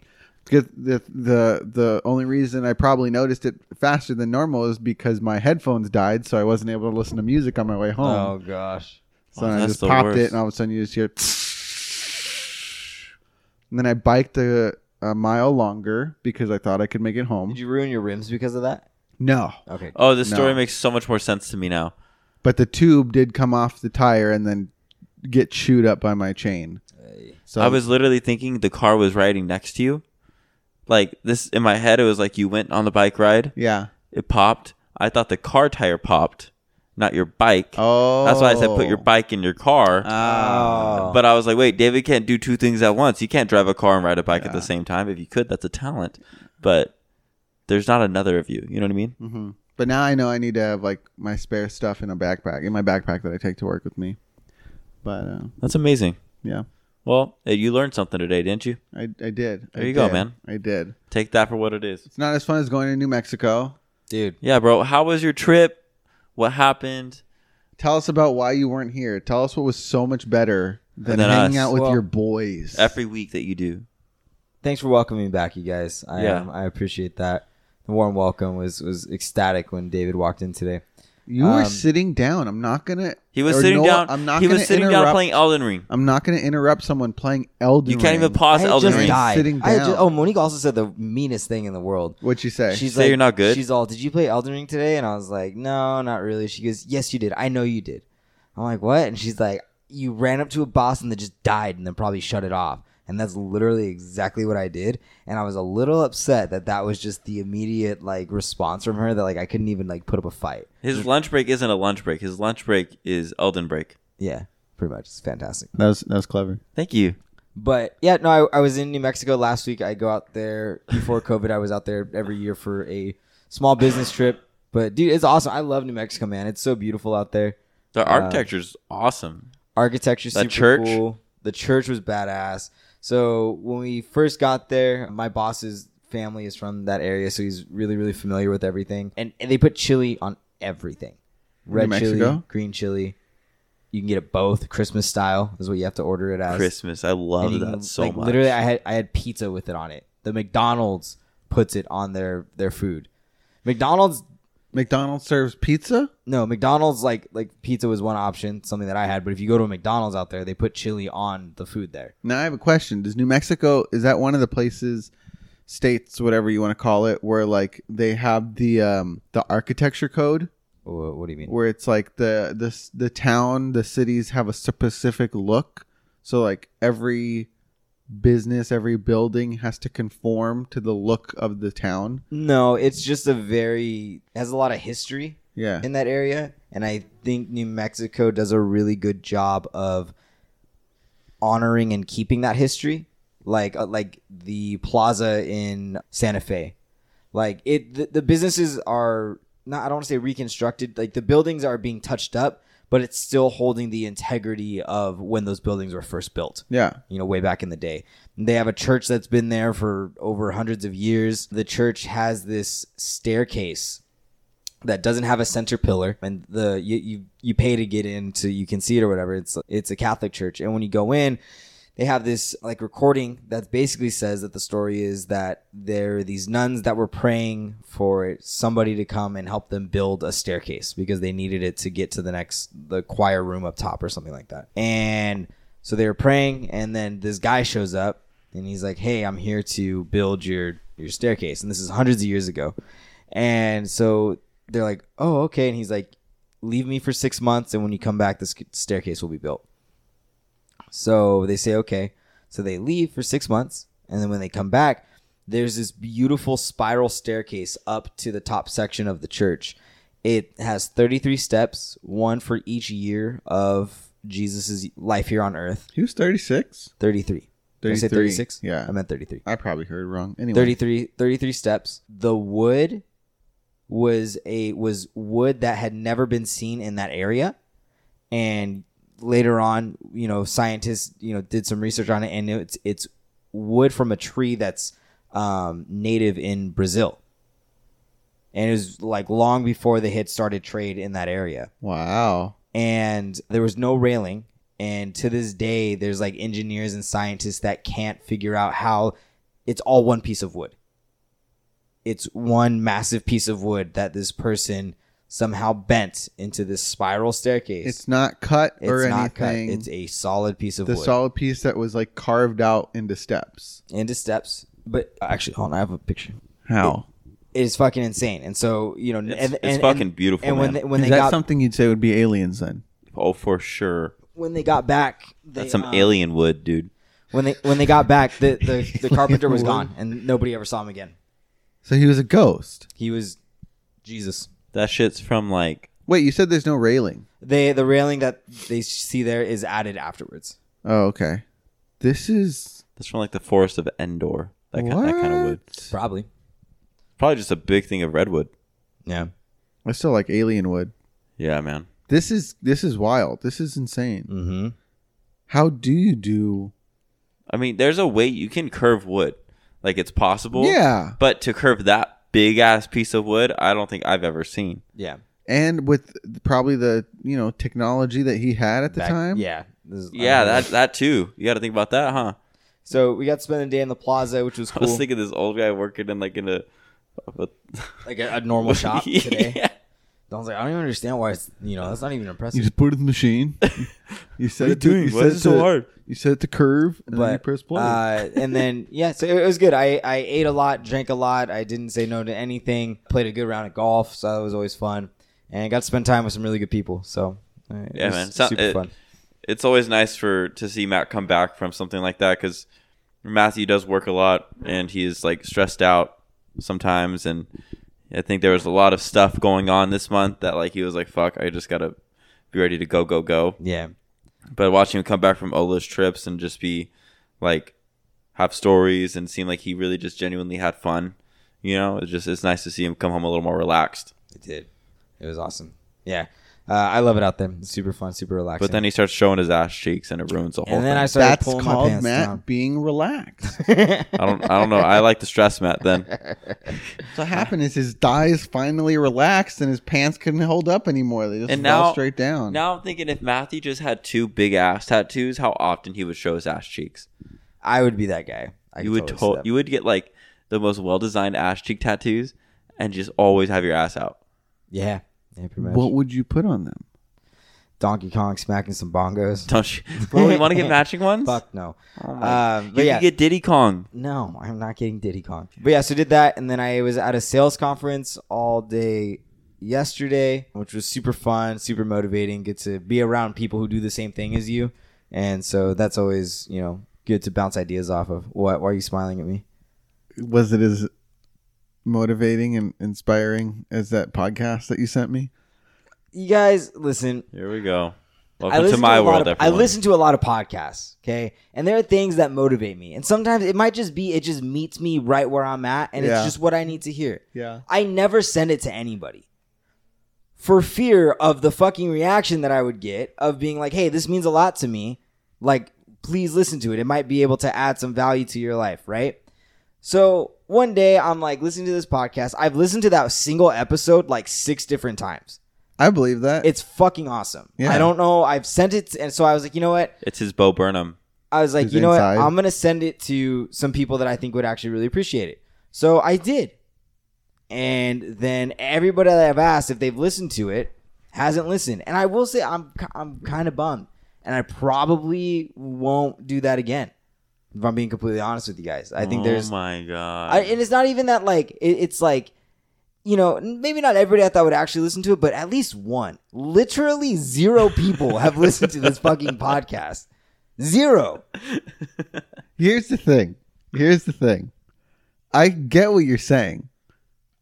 [SPEAKER 3] 'Cause The, the the only reason I probably noticed it faster than normal is because my headphones died, so I wasn't able to listen to music on my way home.
[SPEAKER 2] Oh gosh.
[SPEAKER 3] So
[SPEAKER 1] Oh,
[SPEAKER 3] I
[SPEAKER 1] that's
[SPEAKER 3] just
[SPEAKER 1] the
[SPEAKER 3] popped
[SPEAKER 1] worst.
[SPEAKER 3] it, and all of a sudden you just hear. And then I biked a, a mile longer because I thought I could make it home.
[SPEAKER 2] Did you ruin your rims because of that?
[SPEAKER 3] No,
[SPEAKER 2] Okay.
[SPEAKER 1] Oh, this story
[SPEAKER 3] No.
[SPEAKER 1] makes so much more sense to me now.
[SPEAKER 3] but the tube did come off the tire and then get chewed up by my chain. So
[SPEAKER 1] I was literally thinking the car was riding next to you. Like this in my head, it was like you went on the bike ride,
[SPEAKER 3] yeah.
[SPEAKER 1] it popped. I thought the car tire popped, not your bike.
[SPEAKER 3] Oh,
[SPEAKER 1] That's why I said put your bike in your car.
[SPEAKER 2] Oh.
[SPEAKER 1] But I was like, wait, David can't do two things at once. You can't drive a car and ride a bike at the same time. If you could, that's a talent. But there's not another of you. You know what I mean?
[SPEAKER 3] hmm But now I know I need to have like my spare stuff in a backpack in my backpack that I take to work with me. But uh,
[SPEAKER 1] That's amazing.
[SPEAKER 3] yeah,
[SPEAKER 1] Well, hey, you learned something today, didn't you?
[SPEAKER 3] I I did. I
[SPEAKER 1] There you go,
[SPEAKER 3] did.
[SPEAKER 1] man.
[SPEAKER 3] I did.
[SPEAKER 1] Take that for what it is.
[SPEAKER 3] It's not as fun as going to New Mexico.
[SPEAKER 2] Dude.
[SPEAKER 1] Yeah, bro. How was your trip? What happened?
[SPEAKER 3] Tell us about why you weren't here. Tell us what was so much better than
[SPEAKER 1] Than
[SPEAKER 3] hanging
[SPEAKER 1] us.
[SPEAKER 3] out with
[SPEAKER 2] Well-
[SPEAKER 3] your boys.
[SPEAKER 1] Every week that you do.
[SPEAKER 2] Thanks for welcoming me back, you guys. I
[SPEAKER 1] Yeah.
[SPEAKER 2] um, I appreciate that. The warm welcome was was ecstatic when David walked in today.
[SPEAKER 3] you were
[SPEAKER 2] Um,
[SPEAKER 3] sitting down. I'm not gonna.
[SPEAKER 1] He was
[SPEAKER 3] or
[SPEAKER 1] sitting
[SPEAKER 3] no,
[SPEAKER 1] down.
[SPEAKER 3] I'm not
[SPEAKER 1] he was
[SPEAKER 3] gonna
[SPEAKER 1] sitting down
[SPEAKER 3] interrupt-
[SPEAKER 1] playing Elden Ring.
[SPEAKER 3] I'm not gonna interrupt someone playing Elden.
[SPEAKER 1] You can't even
[SPEAKER 3] Ring.
[SPEAKER 1] pause
[SPEAKER 2] I had
[SPEAKER 1] Elden
[SPEAKER 2] just
[SPEAKER 1] Ring.
[SPEAKER 2] died.
[SPEAKER 3] Sitting
[SPEAKER 2] I had ju-
[SPEAKER 3] down.
[SPEAKER 2] oh, Monique also said the meanest thing in the world.
[SPEAKER 3] What'd you say?
[SPEAKER 2] She's
[SPEAKER 1] Say
[SPEAKER 2] like,
[SPEAKER 1] you're not good?
[SPEAKER 2] She's all, did you play Elden Ring today? And I was like, no, not really. She goes, yes, you did. I know you did. I'm like, what? And she's like, you ran up to a boss and then just died and then probably shut it off. And that's literally exactly what I did. And I was a little upset that that was just the immediate like response from her that like I couldn't even like put up a fight.
[SPEAKER 1] His lunch break isn't a lunch break. His lunch break is Elden break.
[SPEAKER 2] Yeah, pretty much. It's fantastic.
[SPEAKER 3] that was that was clever.
[SPEAKER 1] Thank you.
[SPEAKER 2] But yeah, no, I, I was in New Mexico last week. I go out there before COVID. I was out there every year for a small business trip. But dude, it's awesome. I love New Mexico, man. It's so beautiful out there.
[SPEAKER 1] The architecture's awesome.
[SPEAKER 2] Architecture,
[SPEAKER 1] That
[SPEAKER 2] super
[SPEAKER 1] church?
[SPEAKER 2] cool. The church was badass. So when we first got there, my boss's family is from that area, so he's really, really familiar with everything. And, and they put chili on everything. Red chili,
[SPEAKER 3] Mexico?
[SPEAKER 2] green chili. You can get it both. Christmas style is what you have to order it as.
[SPEAKER 1] Christmas. I love
[SPEAKER 2] And you can-
[SPEAKER 1] that so
[SPEAKER 2] like,
[SPEAKER 1] much.
[SPEAKER 2] Literally, I had I had pizza with it on it. The McDonald's puts it on their their food. McDonald's
[SPEAKER 3] McDonald's serves pizza.
[SPEAKER 2] no McDonald's like like pizza was one option, something that I had. But if you go to a McDonald's out there, they put chili on the food there.
[SPEAKER 3] Now I have a question. Does New Mexico is that one of the places, states, whatever you want to call it, where like they have the um the architecture code
[SPEAKER 2] What, what do you mean?
[SPEAKER 3] where it's like the the s- the town, the cities have a specific look. So like every business, every building has to conform to the look of the town.
[SPEAKER 2] No, it's just a very it has a lot of history
[SPEAKER 3] Yeah.
[SPEAKER 2] in that area, and I think New Mexico does a really good job of honoring and keeping that history, like uh, like the plaza in Santa Fe. Like it, the, the businesses are not. I don't want to say reconstructed. Like the buildings are being touched up, but it's still holding the integrity of when those buildings were first built
[SPEAKER 3] Yeah.
[SPEAKER 2] you know, way back in the day. They have a church that's been there for over hundreds of years. The church has this staircase that doesn't have a center pillar, and the you you, you pay to get in so you can see it or whatever. It's it's a Catholic church, and when you go in. They have this like recording that basically says that the story is that there are these nuns that were praying for somebody to come and help them build a staircase because they needed it to get to the next the choir room up top or something like that. And so they were praying, and then this guy shows up, and he's like, "Hey, I'm here to build your your staircase." And this is hundreds of years ago. And so they're like, "Oh, okay." And he's like, "Leave me for six months, and when you come back, this staircase will be built." So they say, "Okay." So they leave for six months, and then when they come back, there's this beautiful spiral staircase up to the top section of the church. It has 33 steps, one for each year of Jesus' life here on earth.
[SPEAKER 3] He was 36.
[SPEAKER 2] 33. Did I say
[SPEAKER 3] 33,
[SPEAKER 2] 36?
[SPEAKER 3] yeah.
[SPEAKER 2] I meant 33.
[SPEAKER 3] I probably heard wrong. Anyway.
[SPEAKER 2] 33, 33 steps. The wood was a was wood that had never been seen in that area, and later on, you know, scientists you know did some research on it, and it's it's wood from a tree that's um, native in Brazil, and it was like long before they had started trade in that area
[SPEAKER 3] Wow.
[SPEAKER 2] and there was no railing. And to this day, there's like engineers and scientists that can't figure out how it's all one piece of wood. It's one massive piece of wood that this person somehow bent into this spiral staircase.
[SPEAKER 3] It's not cut
[SPEAKER 2] It's
[SPEAKER 3] or
[SPEAKER 2] not cut.
[SPEAKER 3] anything.
[SPEAKER 2] It's a solid piece of
[SPEAKER 3] the
[SPEAKER 2] wood
[SPEAKER 3] solid piece that was like carved out into steps.
[SPEAKER 2] into steps. But actually, hold on, I have a picture.
[SPEAKER 3] How
[SPEAKER 2] It is fucking insane. And so you know,
[SPEAKER 1] It's,
[SPEAKER 2] and,
[SPEAKER 1] it's
[SPEAKER 2] and-
[SPEAKER 1] fucking
[SPEAKER 2] and-
[SPEAKER 1] beautiful.
[SPEAKER 2] And when
[SPEAKER 1] man.
[SPEAKER 2] they, when
[SPEAKER 3] is
[SPEAKER 2] they
[SPEAKER 3] that
[SPEAKER 2] got
[SPEAKER 3] something you'd say would be aliens then?
[SPEAKER 1] oh, for sure.
[SPEAKER 2] when they got back, they,
[SPEAKER 1] That's some
[SPEAKER 2] uh,
[SPEAKER 1] alien wood, dude.
[SPEAKER 2] When they when they got back, the [laughs] the, the carpenter was
[SPEAKER 3] Wood.
[SPEAKER 2] gone, and nobody ever saw him again.
[SPEAKER 3] So he was a ghost.
[SPEAKER 2] He was Jesus.
[SPEAKER 1] That shit's from like
[SPEAKER 3] Wait, you said there's no railing.
[SPEAKER 2] They the railing that they see there is added afterwards.
[SPEAKER 3] Oh, okay. This is
[SPEAKER 1] that's from like the forest of Endor. That, kind,
[SPEAKER 3] what?
[SPEAKER 1] that kind of wood.
[SPEAKER 2] Probably.
[SPEAKER 1] Probably just a big thing of redwood.
[SPEAKER 2] Yeah.
[SPEAKER 3] I still like alien wood.
[SPEAKER 1] Yeah, man.
[SPEAKER 3] This is this is wild. This is insane.
[SPEAKER 1] Mm.
[SPEAKER 2] Mm-hmm.
[SPEAKER 3] How do you do?
[SPEAKER 1] I mean, there's a way you can curve wood. Like it's possible.
[SPEAKER 3] Yeah,
[SPEAKER 1] But to curve that big ass piece of wood, I don't think I've ever seen.
[SPEAKER 2] Yeah.
[SPEAKER 3] and with probably the you know technology that he had at the
[SPEAKER 2] Back-
[SPEAKER 3] time.
[SPEAKER 2] Yeah. This is-
[SPEAKER 1] Yeah,
[SPEAKER 2] I don't know.
[SPEAKER 1] that that too. You got to think about that, huh?
[SPEAKER 2] So we got to spend a day in the plaza, which was
[SPEAKER 1] I
[SPEAKER 2] cool.
[SPEAKER 1] was thinking this old guy working in like in a, a
[SPEAKER 2] like a,
[SPEAKER 1] [laughs]
[SPEAKER 2] a normal shop today.
[SPEAKER 1] Yeah.
[SPEAKER 2] I was like, I don't even understand why it's you know that's not even impressive.
[SPEAKER 3] You just put it in
[SPEAKER 1] [laughs]
[SPEAKER 3] the machine. You
[SPEAKER 1] What
[SPEAKER 3] set
[SPEAKER 1] are you
[SPEAKER 3] it to,
[SPEAKER 1] doing?
[SPEAKER 3] You
[SPEAKER 1] Why
[SPEAKER 3] set
[SPEAKER 1] is
[SPEAKER 3] it
[SPEAKER 1] it so
[SPEAKER 3] to-
[SPEAKER 1] hard?
[SPEAKER 3] You set it to curve, and then you
[SPEAKER 2] but
[SPEAKER 3] press play.
[SPEAKER 2] uh, and
[SPEAKER 3] [laughs]
[SPEAKER 2] then yeah, so it was good. I I ate a lot, drank a lot. I didn't say no to anything. Played a good round of golf, so that was always fun. And I got to spend time with some really good people. So uh, it
[SPEAKER 1] Yeah,
[SPEAKER 2] was
[SPEAKER 1] man. So-
[SPEAKER 2] super
[SPEAKER 1] it-
[SPEAKER 2] fun.
[SPEAKER 1] It's always nice for to see Matt come back from something like that because Matthew does work a lot and he is like stressed out sometimes. And I think there was a lot of stuff going on this month that like he was like, "Fuck, I just gotta be ready to go, go, go."
[SPEAKER 2] Yeah,
[SPEAKER 1] but watching him come back from Ola's trips and just be like have stories and seem like he really just genuinely had fun. You know, it's just it's nice to see him come home a little more relaxed.
[SPEAKER 2] it did. It was awesome. Yeah, uh, I love it out there. It's super fun, super relaxing.
[SPEAKER 1] But then he starts showing his ass cheeks and it ruins the whole
[SPEAKER 2] and then I
[SPEAKER 1] thing.
[SPEAKER 2] started
[SPEAKER 3] That's
[SPEAKER 2] pulling my
[SPEAKER 3] called
[SPEAKER 2] pants
[SPEAKER 3] Matt
[SPEAKER 2] down.
[SPEAKER 3] being relaxed.
[SPEAKER 1] [laughs] I, don't I don't know. I like the stress Matt then.
[SPEAKER 2] [laughs]
[SPEAKER 3] what happened is his thighs finally relaxed, and his pants couldn't hold up anymore. They just
[SPEAKER 1] And
[SPEAKER 3] fell
[SPEAKER 1] now-
[SPEAKER 3] straight down.
[SPEAKER 1] Now I'm thinking if Matthew just had two big ass tattoos, how often he would show his ass cheeks.
[SPEAKER 2] I would be that guy. I
[SPEAKER 1] You
[SPEAKER 2] could
[SPEAKER 1] would
[SPEAKER 2] totally
[SPEAKER 1] to-
[SPEAKER 2] step.
[SPEAKER 1] you would get like the most well designed ass cheek tattoos and just always have your ass out.
[SPEAKER 2] yeah, yeah, pretty much.
[SPEAKER 3] what would you put on them?
[SPEAKER 2] Donkey Kong smacking some bongos.
[SPEAKER 1] Don't
[SPEAKER 2] [laughs]
[SPEAKER 1] you? Bro, you want to get matching ones?
[SPEAKER 2] Fuck no.
[SPEAKER 1] Oh my-
[SPEAKER 2] Um,
[SPEAKER 1] you
[SPEAKER 2] but
[SPEAKER 1] could
[SPEAKER 2] yeah,
[SPEAKER 1] get Diddy Kong.
[SPEAKER 2] no, I'm not getting Diddy Kong. But yeah, so did that, and then I was at a sales conference all day yesterday, which was super fun, super motivating. Get to be around people who do the same thing as you, and so that's always you know good to bounce ideas off of. What? Why are you smiling at me?
[SPEAKER 3] Was it as motivating and inspiring as that podcast that you sent me?
[SPEAKER 2] You guys, listen.
[SPEAKER 1] Here we go.
[SPEAKER 2] I
[SPEAKER 1] Welcome
[SPEAKER 2] listen
[SPEAKER 1] to my
[SPEAKER 2] a lot
[SPEAKER 1] world,
[SPEAKER 2] of- I
[SPEAKER 1] everyone.
[SPEAKER 2] listen to a lot of podcasts, okay? And there are things that motivate me. And sometimes it might just be it just meets me right where I'm at and
[SPEAKER 3] Yeah.
[SPEAKER 2] it's just what I need to hear.
[SPEAKER 3] Yeah.
[SPEAKER 2] I never send it to anybody for fear of the fucking reaction that I would get of being like, hey, this means a lot to me. Like, please listen to it. It might be able to add some value to your life, right? So one day I'm like listening to this podcast. I've listened to that single episode like six different times.
[SPEAKER 3] I believe that.
[SPEAKER 2] It's fucking awesome.
[SPEAKER 3] Yeah.
[SPEAKER 2] I don't know. I've sent it, and so I was like, you know what?
[SPEAKER 1] It's his Bo Burnham.
[SPEAKER 2] I was like,
[SPEAKER 3] Is
[SPEAKER 2] you know
[SPEAKER 3] inside.
[SPEAKER 2] what? I'm gonna send it to some people that I think would actually really appreciate it. So I did, and then everybody that I've asked if they've listened to it hasn't listened. And I will say, I'm ki- I'm kind of bummed, and I probably won't do that again. If I'm being completely honest with you guys, I think
[SPEAKER 1] oh
[SPEAKER 2] there's
[SPEAKER 1] my god.
[SPEAKER 2] I, and it's not even that like it, it's like you know maybe not everybody i thought would actually listen to it but at least one literally zero people have [laughs] listened to this fucking podcast zero
[SPEAKER 3] Here's the thing. Here's the thing. I get what you're saying.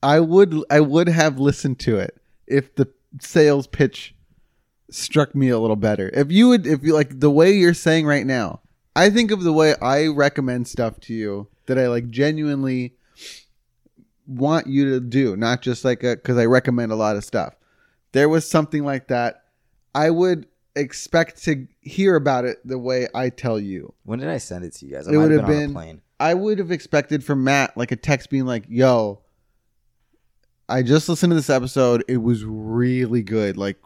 [SPEAKER 3] I would I would have listened to it if the sales pitch struck me a little better. If you would if you like the way you're saying right now, I think of the way I recommend stuff to you that I like genuinely want you to do, not just like a cuz I recommend a lot of stuff. There was something like that. I would expect to hear about it the way I tell you.
[SPEAKER 2] when did i send it to you guys i
[SPEAKER 3] It
[SPEAKER 2] might have
[SPEAKER 3] would
[SPEAKER 2] been,
[SPEAKER 3] have
[SPEAKER 2] on
[SPEAKER 3] been-
[SPEAKER 2] a plane
[SPEAKER 3] I would have expected from Matt like a text being like, "Yo, I just listened to this episode. It was really good. Like,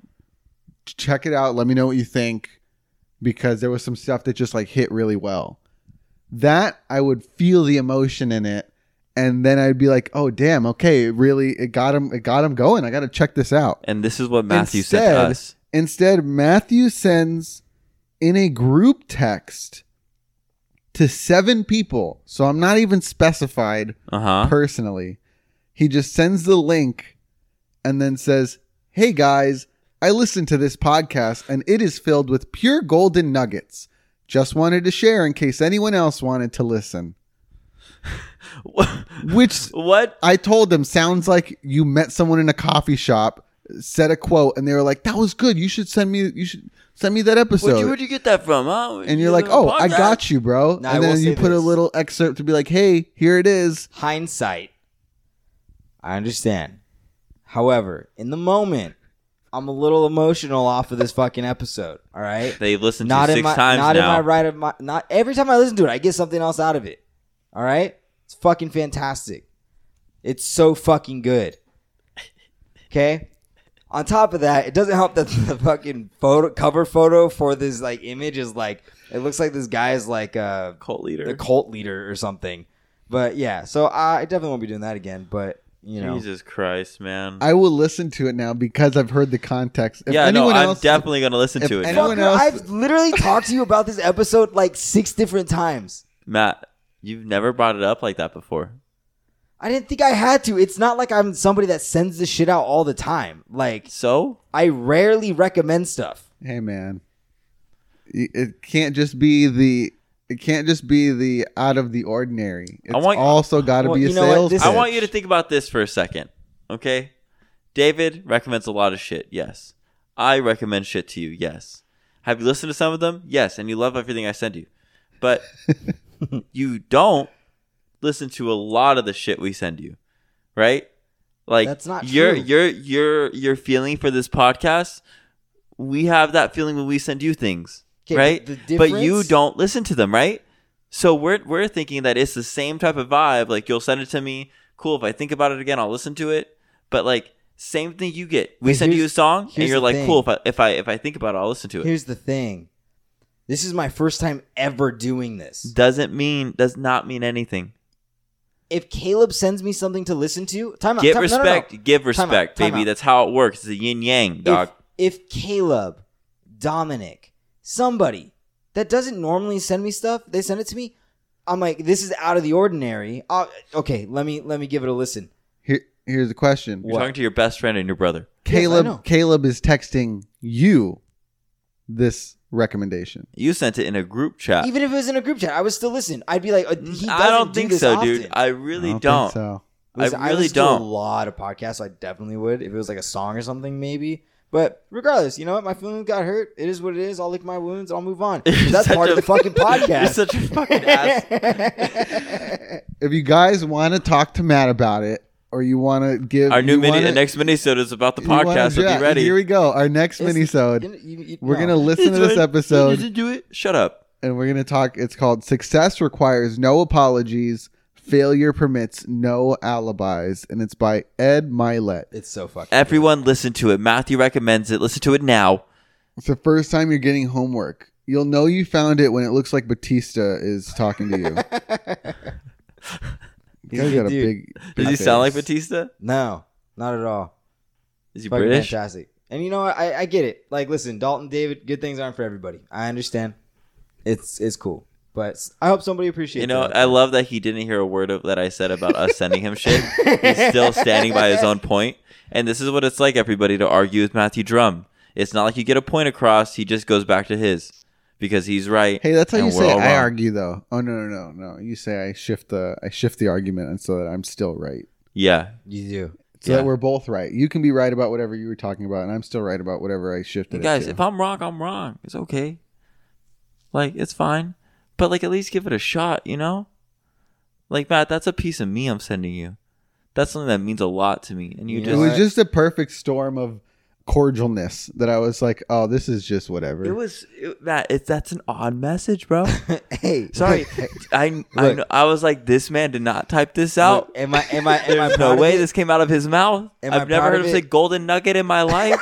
[SPEAKER 3] ch- check it out. Let me know what you think." Because there was some stuff that just like hit really well. That I would feel the emotion in it, and then I'd be like, "Oh damn, okay, it really it got him it got him going. I got to check this out."
[SPEAKER 1] And this is what Matthew said to
[SPEAKER 3] Instead-
[SPEAKER 1] us.
[SPEAKER 3] Instead, Matthew sends in a group text to seven people. So I'm not even specified
[SPEAKER 1] Uh
[SPEAKER 2] [laughs]
[SPEAKER 1] huh.
[SPEAKER 3] personally. He just sends the link and then says, Hey guys, I listened to this podcast and it is filled with pure golden nuggets. Just wanted to share in case anyone else wanted to listen. Which
[SPEAKER 1] what?
[SPEAKER 3] I told them sounds like you met someone in a coffee shop, said a quote, and they were like, That was good. You should send me you should send me that episode.
[SPEAKER 1] Where'd you, where'd you get that from? Huh?
[SPEAKER 3] and you're like, Oh, I got you, bro.
[SPEAKER 2] Now, I
[SPEAKER 3] and
[SPEAKER 2] will
[SPEAKER 3] then you
[SPEAKER 2] say
[SPEAKER 3] put a
[SPEAKER 2] this.
[SPEAKER 3] little excerpt to be like, Hey, here it is.
[SPEAKER 2] hindsight. I understand. However, in the moment, I'm a little emotional off of this fucking episode.
[SPEAKER 1] [laughs]
[SPEAKER 2] All right,
[SPEAKER 1] They listened
[SPEAKER 2] not
[SPEAKER 1] to six
[SPEAKER 2] in my
[SPEAKER 1] times
[SPEAKER 2] not
[SPEAKER 1] now.
[SPEAKER 2] in my right of my not every time I listen to it, I get something else out of it. All right, it's fucking fantastic. It's so fucking good. Okay. On top of that, it doesn't help that [laughs] the fucking photo cover photo for this like image is like it looks like this guy is like uh
[SPEAKER 1] Cult leader.
[SPEAKER 2] the cult leader or something. But yeah, so I definitely won't be doing that again. But you know,
[SPEAKER 1] Jesus Christ, man.
[SPEAKER 3] I will listen to it now because I've heard the context. If
[SPEAKER 1] yeah, no,
[SPEAKER 3] anyone
[SPEAKER 1] I'm
[SPEAKER 3] else,
[SPEAKER 1] definitely gonna listen
[SPEAKER 3] if
[SPEAKER 1] to it.
[SPEAKER 3] anyone-
[SPEAKER 1] now.
[SPEAKER 2] Fucker,
[SPEAKER 3] else-
[SPEAKER 2] I've literally talked to you about this episode like six different times.
[SPEAKER 1] Matt, you've never brought it up like that before.
[SPEAKER 2] I didn't think I had to. It's not like I'm somebody that sends this shit out all the time. Like
[SPEAKER 1] So
[SPEAKER 2] I rarely recommend stuff.
[SPEAKER 3] Hey, man, Y- it can't just be the. It can't just be the out of the ordinary. It's
[SPEAKER 1] I want-
[SPEAKER 3] also got to
[SPEAKER 2] Well,
[SPEAKER 3] be a
[SPEAKER 2] you know what?
[SPEAKER 3] sales.
[SPEAKER 2] This-
[SPEAKER 1] I
[SPEAKER 3] pitch.
[SPEAKER 1] want you to think about this for a second, okay? David recommends a lot of shit. Yes, I recommend shit to you. Yes, have you listened to some of them? Yes, and you love everything I send you, but
[SPEAKER 2] [laughs]
[SPEAKER 1] you don't listen to a lot of the shit we send you, right? Like
[SPEAKER 2] That's not
[SPEAKER 1] your
[SPEAKER 2] true.
[SPEAKER 1] your your your feeling for this podcast. We have that feeling when we send you things,
[SPEAKER 2] 'Kay, but
[SPEAKER 1] right?
[SPEAKER 2] the
[SPEAKER 1] but you
[SPEAKER 2] difference-
[SPEAKER 1] don't listen to them, right? So we're we're thinking that it's the same type of vibe. Like you'll send it to me. Cool. If I think about it again, I'll listen to it. But like same thing you get. We
[SPEAKER 2] But
[SPEAKER 1] send you a
[SPEAKER 2] here's-
[SPEAKER 1] song, and
[SPEAKER 2] here's
[SPEAKER 1] you're
[SPEAKER 2] the
[SPEAKER 1] like,
[SPEAKER 2] thing.
[SPEAKER 1] cool. If I if I if I think about it, I'll listen to it.
[SPEAKER 2] Here's the thing. This is my first time ever doing this.
[SPEAKER 1] doesn't mean does not mean anything.
[SPEAKER 2] If Caleb sends me something to listen to, time out.
[SPEAKER 1] Get
[SPEAKER 2] time, no, no, no.
[SPEAKER 1] respect. Give
[SPEAKER 2] out,
[SPEAKER 1] respect,
[SPEAKER 2] time
[SPEAKER 1] baby.
[SPEAKER 2] out.
[SPEAKER 1] That's how it works. It's a yin yang, dog.
[SPEAKER 2] If, if Caleb, Dominic, somebody that doesn't normally send me stuff, they send it to me. I'm like, this is out of the ordinary. Uh, okay, let me let me give it a listen.
[SPEAKER 3] Here- here's a question.
[SPEAKER 1] You're talking to your best friend and your brother.
[SPEAKER 2] Yes, I
[SPEAKER 3] Caleb.
[SPEAKER 2] know.
[SPEAKER 3] Caleb is texting you this recommendation.
[SPEAKER 1] You sent it in a group chat.
[SPEAKER 2] Even if it was in a group chat, I was still listening. I'd be like, uh, he
[SPEAKER 1] I
[SPEAKER 2] doesn't
[SPEAKER 1] don't
[SPEAKER 2] do
[SPEAKER 1] think
[SPEAKER 2] this
[SPEAKER 1] so,
[SPEAKER 2] often.
[SPEAKER 1] dude. I really
[SPEAKER 3] I
[SPEAKER 1] don't.
[SPEAKER 3] think so.
[SPEAKER 2] Listen,
[SPEAKER 1] I really
[SPEAKER 2] listen to
[SPEAKER 1] don't.
[SPEAKER 2] a lot of podcasts. I definitely would if it was like a song or something, maybe. But regardless, you know what? My feelings got hurt. It is what it is. I'll lick my wounds. I'll move on.
[SPEAKER 1] [laughs] You're
[SPEAKER 2] That's
[SPEAKER 1] such
[SPEAKER 2] part
[SPEAKER 1] a-
[SPEAKER 2] of the fucking
[SPEAKER 1] [laughs]
[SPEAKER 2] podcast.
[SPEAKER 1] You're such a fucking
[SPEAKER 2] [laughs]
[SPEAKER 1] ass.
[SPEAKER 3] If you guys want to talk to Matt about it, or you want to give
[SPEAKER 1] Our new
[SPEAKER 3] you
[SPEAKER 1] mini,
[SPEAKER 3] wanna-
[SPEAKER 1] the next minisode is about the
[SPEAKER 3] you wanna-
[SPEAKER 1] podcast. So
[SPEAKER 3] yeah,
[SPEAKER 1] be ready.
[SPEAKER 3] Here we go. Our next
[SPEAKER 2] It's-
[SPEAKER 3] minisode.
[SPEAKER 2] you- you- you-
[SPEAKER 3] We're
[SPEAKER 2] no.
[SPEAKER 3] gonna listen to this
[SPEAKER 2] [laughs]
[SPEAKER 3] episode.
[SPEAKER 1] do it. Shut up.
[SPEAKER 3] and we're going to talk. It's called Success Requires No Apologies, Failure Permits No Alibis. And it's by Ed Milet.
[SPEAKER 2] It's so fucking.
[SPEAKER 1] Everyone, listen to it. Matthew recommends it. Listen to it now.
[SPEAKER 3] It's the first time you're getting homework. You'll know you found it when it looks like Batista is talking to you.
[SPEAKER 2] [laughs] He's
[SPEAKER 3] He's
[SPEAKER 2] a
[SPEAKER 3] got
[SPEAKER 2] good
[SPEAKER 3] a
[SPEAKER 2] dude.
[SPEAKER 3] big.
[SPEAKER 1] Does he
[SPEAKER 3] face.
[SPEAKER 1] sound like Batista?
[SPEAKER 2] No, not at all.
[SPEAKER 1] Is he
[SPEAKER 2] Fucking
[SPEAKER 1] British?
[SPEAKER 2] fantastic. And you know what? I, I get it. Like, listen, Dalton, David, good things aren't for everybody. I understand. It's it's cool, but I hope somebody appreciates.
[SPEAKER 1] You know, uh,
[SPEAKER 2] it.
[SPEAKER 1] I love that he didn't hear a word of that I said about us sending him shit. He's still standing by his own point. And this is what it's like, everybody, to argue with Matthew Drum. It's not like you get a point across. He just goes back to his because he's right.
[SPEAKER 3] Hey, that's how
[SPEAKER 1] and
[SPEAKER 3] you
[SPEAKER 1] we're
[SPEAKER 3] say
[SPEAKER 1] all
[SPEAKER 3] I
[SPEAKER 1] wrong.
[SPEAKER 3] argue though. Oh no no no no. You say I shift the I shift the argument and so that I'm still right.
[SPEAKER 1] Yeah,
[SPEAKER 2] you do.
[SPEAKER 3] So
[SPEAKER 1] Yeah.
[SPEAKER 3] that we're both right. You can be right about whatever you were talking about and I'm still right about whatever I shifted.
[SPEAKER 1] Hey,
[SPEAKER 3] it
[SPEAKER 1] guys,
[SPEAKER 3] to.
[SPEAKER 1] if I'm wrong, I'm wrong. It's okay. Like, it's fine. But, like, at least give it a shot, you know? Like, Matt, that's a piece of me I'm sending you. That's something that means a lot to me. And you
[SPEAKER 2] You
[SPEAKER 3] It
[SPEAKER 1] just.
[SPEAKER 2] know
[SPEAKER 3] was
[SPEAKER 2] what?
[SPEAKER 3] just a perfect storm of cordialness that I was like, oh, this is just whatever.
[SPEAKER 1] It was. It, Matt, it's, that's an odd message,
[SPEAKER 2] [laughs]
[SPEAKER 1] bro.
[SPEAKER 2] hey, [laughs]
[SPEAKER 1] Sorry. I, I, know- I was like, this man did not type this out.
[SPEAKER 2] look, am I am I am
[SPEAKER 1] [laughs]
[SPEAKER 2] I
[SPEAKER 1] There's
[SPEAKER 2] proud
[SPEAKER 1] no
[SPEAKER 2] of
[SPEAKER 1] way
[SPEAKER 2] it?
[SPEAKER 1] this came out of his mouth.
[SPEAKER 2] Am I
[SPEAKER 1] I've never
[SPEAKER 2] proud
[SPEAKER 1] heard
[SPEAKER 2] of
[SPEAKER 1] him say
[SPEAKER 2] it?
[SPEAKER 1] golden nugget
[SPEAKER 2] [laughs]
[SPEAKER 1] in my life.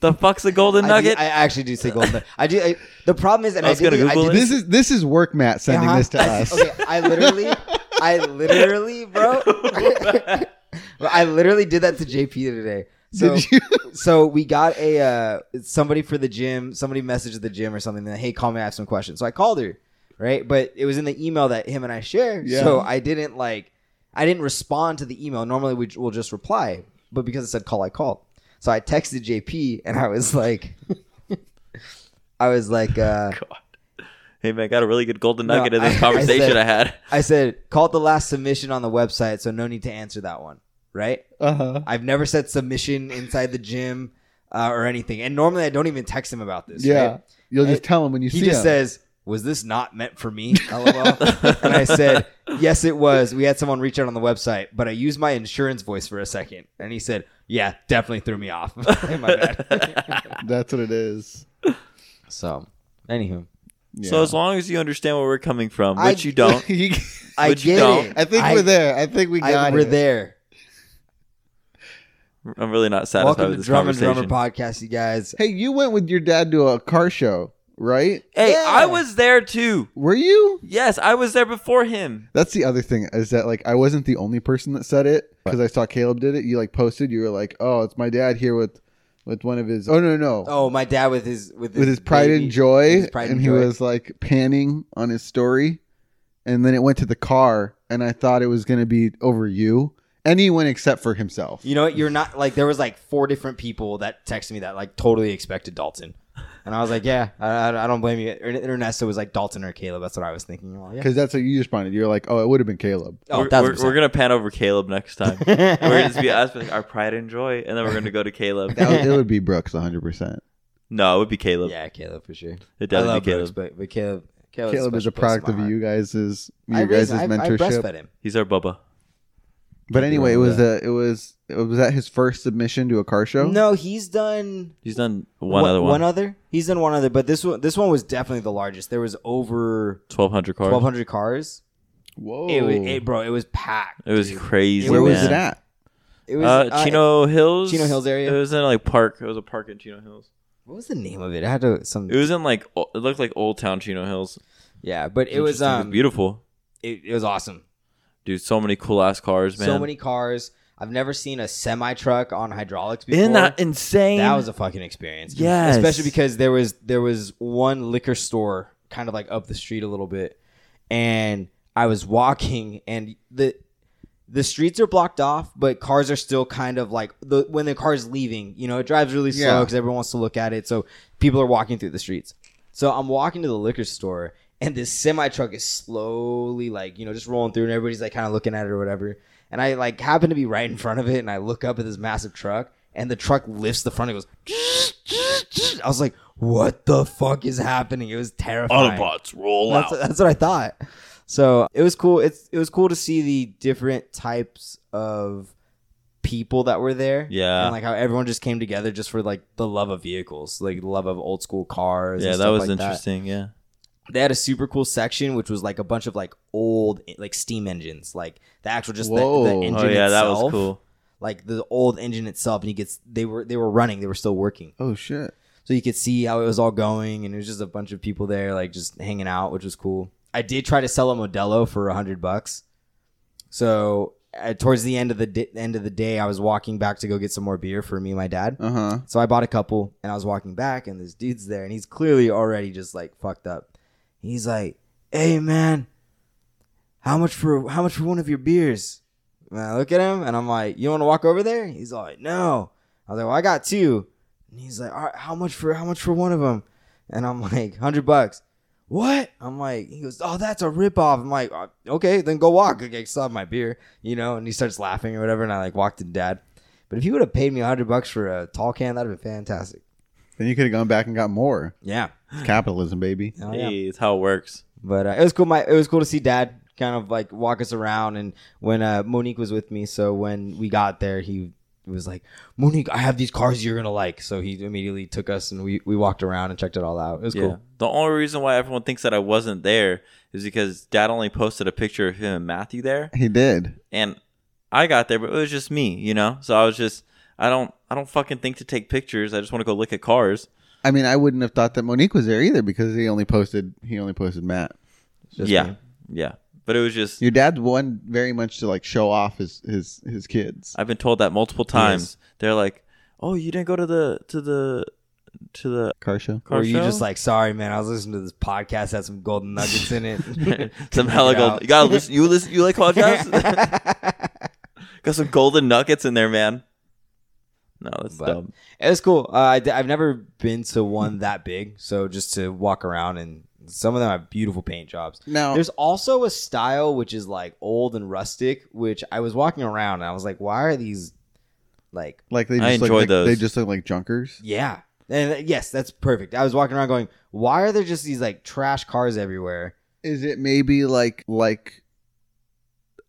[SPEAKER 1] the fuck's a golden
[SPEAKER 2] I, do-
[SPEAKER 1] nugget?
[SPEAKER 2] I actually do say golden. nugget. I do. I, the problem is, and
[SPEAKER 1] I
[SPEAKER 2] I,
[SPEAKER 1] was
[SPEAKER 2] did
[SPEAKER 1] gonna
[SPEAKER 2] I
[SPEAKER 1] Google
[SPEAKER 2] did
[SPEAKER 1] it.
[SPEAKER 2] [laughs]
[SPEAKER 3] this is this is work Matt sending
[SPEAKER 2] Uh-huh.
[SPEAKER 3] this to
[SPEAKER 2] I-
[SPEAKER 3] us.
[SPEAKER 2] Okay, I literally I literally, bro. I literally did that to JP today. So,
[SPEAKER 3] Did you? [laughs]
[SPEAKER 2] so we got a uh, somebody for the gym. Somebody messaged the gym or something. That, hey, call me. I have some questions. So I called her, right? But it was in the email that him and I share.
[SPEAKER 3] Yeah.
[SPEAKER 2] So I didn't like, I didn't respond to the email. Normally we will just reply, but because it said call, I called. So I texted JP and I was like, [laughs] I was like, uh,
[SPEAKER 1] God. Hey man, I got a really good golden
[SPEAKER 2] No,
[SPEAKER 1] nugget in
[SPEAKER 2] I- I
[SPEAKER 1] this
[SPEAKER 2] said-
[SPEAKER 1] conversation I had.
[SPEAKER 2] I said, call it the last submission on the website, so no need to answer that one, right?
[SPEAKER 3] Uh huh.
[SPEAKER 2] I've never said submission inside the gym uh, or anything, and normally I don't even text him about this.
[SPEAKER 3] Yeah.
[SPEAKER 2] right?
[SPEAKER 3] You'll just
[SPEAKER 2] Hey,
[SPEAKER 3] tell him when you
[SPEAKER 2] he
[SPEAKER 3] see
[SPEAKER 2] just
[SPEAKER 3] him.
[SPEAKER 2] says, "Was this not meant for me?" [laughs] LOL. and I said, "Yes, it was. We had someone reach out on the website, but I used my insurance voice for a second. and he said, "Yeah, definitely threw me off. [laughs] my bad."
[SPEAKER 3] [laughs] That's what it is.
[SPEAKER 2] so, anywho,
[SPEAKER 3] Yeah.
[SPEAKER 1] So as long as you understand where we're coming from,
[SPEAKER 2] I-
[SPEAKER 1] which you don't, [laughs]
[SPEAKER 3] [laughs] You-
[SPEAKER 2] I
[SPEAKER 1] Which you
[SPEAKER 2] get
[SPEAKER 1] don't.
[SPEAKER 2] it.
[SPEAKER 3] I think we're there. I think we
[SPEAKER 2] I-
[SPEAKER 3] got
[SPEAKER 2] we're
[SPEAKER 3] it.
[SPEAKER 2] there.
[SPEAKER 1] I'm really not satisfied
[SPEAKER 2] Welcome to
[SPEAKER 1] with this
[SPEAKER 2] Drum and
[SPEAKER 1] conversation.
[SPEAKER 2] Drummer podcast, you guys.
[SPEAKER 3] Hey, you went with your dad to a car show, right?
[SPEAKER 1] hey,
[SPEAKER 2] Yeah.
[SPEAKER 1] I was there too.
[SPEAKER 3] Were you?
[SPEAKER 1] Yes, I was there before him.
[SPEAKER 3] That's the other thing is that like I wasn't the only person that said it because I saw Caleb did it. You like posted. You were like, "Oh, it's my dad here with with one of his." Oh no no.
[SPEAKER 2] Oh, my dad with his with his,
[SPEAKER 3] with his pride
[SPEAKER 2] baby-
[SPEAKER 3] and joy,
[SPEAKER 2] with his pride
[SPEAKER 3] and,
[SPEAKER 2] and
[SPEAKER 3] he
[SPEAKER 2] joy.
[SPEAKER 3] was like panning on his story, and then it went to the car, and I thought it was gonna be over you, anyone except for himself.
[SPEAKER 2] You know what? You're not like there was like four different people that texted me that like totally expected Dalton, and I was like, yeah, I, I, I don't blame you. Ern- Ernesto was like Dalton or Caleb. That's what I was thinking. Well, yeah.
[SPEAKER 3] Because that's how you responded. You're like, "Oh, it would have
[SPEAKER 2] [laughs]
[SPEAKER 3] been Caleb."
[SPEAKER 2] Oh,
[SPEAKER 1] we're, we're,
[SPEAKER 2] 1000%.
[SPEAKER 1] we're gonna pan over Caleb next
[SPEAKER 2] [laughs]
[SPEAKER 1] time. we're gonna just be us with our pride and joy, and then we're gonna go to Caleb.
[SPEAKER 3] That would, it would be Brooks 100. percent
[SPEAKER 1] No, it would be Caleb.
[SPEAKER 2] yeah, Caleb for sure.
[SPEAKER 1] It
[SPEAKER 2] I
[SPEAKER 1] definitely
[SPEAKER 2] love
[SPEAKER 1] be Caleb.
[SPEAKER 2] Brooks, but but Caleb, Caleb's
[SPEAKER 3] Caleb is
[SPEAKER 2] special
[SPEAKER 3] a
[SPEAKER 2] place
[SPEAKER 3] product
[SPEAKER 2] in my
[SPEAKER 3] of you guys's
[SPEAKER 2] heart.
[SPEAKER 3] you guys's
[SPEAKER 2] I, raised- I, I
[SPEAKER 3] mentorship.
[SPEAKER 2] breastfed him.
[SPEAKER 1] He's our Bubba.
[SPEAKER 3] but anyway, it
[SPEAKER 2] wrong
[SPEAKER 3] was
[SPEAKER 2] with
[SPEAKER 3] a it was it was that his first submission to a car show?
[SPEAKER 2] No, he's done
[SPEAKER 1] He's done one other one.
[SPEAKER 2] One other. He's done one other, but this one this one was definitely the largest. There was over
[SPEAKER 1] 1200 cars.
[SPEAKER 2] twelve hundred cars.
[SPEAKER 3] Whoa.
[SPEAKER 2] It, was, it bro, it was packed.
[SPEAKER 1] It was
[SPEAKER 2] dude.
[SPEAKER 1] crazy.
[SPEAKER 3] Where was
[SPEAKER 1] man.
[SPEAKER 3] it at?
[SPEAKER 2] It was
[SPEAKER 1] uh, Chino Hills.
[SPEAKER 2] Chino Hills area?
[SPEAKER 1] It was in like park. It was a park in Chino Hills.
[SPEAKER 2] What was the name of it? I had to some.
[SPEAKER 1] It was in like o- it looked like old town Chino Hills.
[SPEAKER 2] yeah, but it was
[SPEAKER 1] Interesting.
[SPEAKER 2] um
[SPEAKER 1] beautiful,
[SPEAKER 2] it, it was awesome.
[SPEAKER 1] dude. So many cool ass cars, man.
[SPEAKER 2] So many cars. I've never seen a semi truck on hydraulics before.
[SPEAKER 1] Isn't that insane?
[SPEAKER 2] That was a fucking experience.
[SPEAKER 1] Yes.
[SPEAKER 2] Especially because there was there was one liquor store kind of like up the street a little bit. And I was walking and the the streets are blocked off, but cars are still kind of like the when the car's leaving, you know, it drives really slow
[SPEAKER 3] Yeah.
[SPEAKER 2] because everyone wants to look at it. So people are walking through the streets. So I'm walking to the liquor store and this semi truck is slowly like, you know, just rolling through and everybody's like kind of looking at it or whatever. And I like happen to be right in front of it and I look up at this massive truck and the truck lifts the front and goes [laughs] I was like, what the fuck is happening? It was terrifying.
[SPEAKER 1] Autobots roll
[SPEAKER 2] That's,
[SPEAKER 1] out.
[SPEAKER 2] that's what I thought. So it was cool. It's it was cool to see the different types of people that were there.
[SPEAKER 1] Yeah.
[SPEAKER 2] and like how everyone just came together just for like the love of vehicles, like the love of old school cars. and
[SPEAKER 1] yeah, that
[SPEAKER 2] stuff
[SPEAKER 1] was
[SPEAKER 2] like
[SPEAKER 1] interesting. Yeah,
[SPEAKER 2] They had a super cool section which was like a bunch of like old like steam engines, like the actual just the,
[SPEAKER 3] Whoa.
[SPEAKER 2] the
[SPEAKER 3] Oh,
[SPEAKER 2] engine.
[SPEAKER 1] oh yeah, that was
[SPEAKER 2] itself,
[SPEAKER 1] cool.
[SPEAKER 2] Like the old engine itself, and you gets they were they were running, they were still working
[SPEAKER 3] Oh shit.
[SPEAKER 2] so you could see how it was all going and it was just a bunch of people there like just hanging out which was cool i did try to sell a modelo for a hundred bucks so uh, towards the end of the di- end of the day i was walking back to go get some more beer for me and my dad
[SPEAKER 3] Uh huh.
[SPEAKER 2] so i bought a couple and i was walking back and this dude's there and he's clearly already just like fucked up he's like hey man how much for how much for one of your beers and i look at him and i'm like you want to walk over there he's like no i was like well i got two and he's like, "All right, how much for how much for one of them?" And I'm [laughs] like, hundred bucks." What? I'm like, he goes, "Oh, that's a ripoff." I'm like, "Uh, "Okay, then go walk." Okay, still have my beer, you know. And he starts laughing or whatever, and I like walked to dad. But if he would have paid me hundred bucks for a tall can, that'd have been fantastic.
[SPEAKER 3] Then you could have gone back and got more.
[SPEAKER 2] Yeah,
[SPEAKER 3] It's capitalism, baby.
[SPEAKER 2] Hell Oh, yeah.
[SPEAKER 1] Hey, it's how it works.
[SPEAKER 2] But uh, it was cool. My it was cool to see dad kind of like walk us around. And when uh, Monique was with me, so when we got there, he was like, "Monique, I have these cars you're gonna like." So he immediately took us and we we walked around and checked it all out. It was
[SPEAKER 1] Yeah.
[SPEAKER 2] cool.
[SPEAKER 1] The only reason why everyone thinks that I wasn't there is because Dad only posted a picture of him and Matthew there,
[SPEAKER 3] [laughs] He did.
[SPEAKER 1] and I got there, but it was just me, you know. So I was just, I don't, I don't fucking think to take pictures. I just want to go look at cars.
[SPEAKER 3] I mean, I wouldn't have thought that Monique was there either because he only posted he only posted Matt.
[SPEAKER 2] Just
[SPEAKER 1] yeah,
[SPEAKER 2] me.
[SPEAKER 1] yeah. But it was just
[SPEAKER 3] Your dad's one very much to like show off his his his kids.
[SPEAKER 1] I've been told that multiple times. They're like, "Oh, you didn't go to the to the to the
[SPEAKER 3] Car show.
[SPEAKER 1] car
[SPEAKER 2] or you
[SPEAKER 1] show?
[SPEAKER 2] just like, sorry, man, I was listening to this podcast had some golden nuggets in it.
[SPEAKER 1] [laughs] some hella
[SPEAKER 2] Check it
[SPEAKER 1] gold.
[SPEAKER 2] out.
[SPEAKER 1] You gotta listen. You listen. You like
[SPEAKER 2] [laughs]
[SPEAKER 1] podcasts? [laughs] Got some golden nuggets in there, man. No, that's
[SPEAKER 2] But-
[SPEAKER 1] dumb.
[SPEAKER 2] It was cool. Uh, I d- I've never been to one that big, so just to walk around and some of them have beautiful paint jobs.
[SPEAKER 3] Now
[SPEAKER 2] There's also a style which is like old and rustic, which I was walking around and I was like, why are these like
[SPEAKER 3] like they just
[SPEAKER 1] I
[SPEAKER 3] look
[SPEAKER 1] enjoy
[SPEAKER 3] like,
[SPEAKER 1] those.
[SPEAKER 3] they just look like junkers.
[SPEAKER 2] yeah. And uh, yes, that's perfect. I was walking around going, why are there just these like trash cars everywhere?
[SPEAKER 3] Is it maybe like like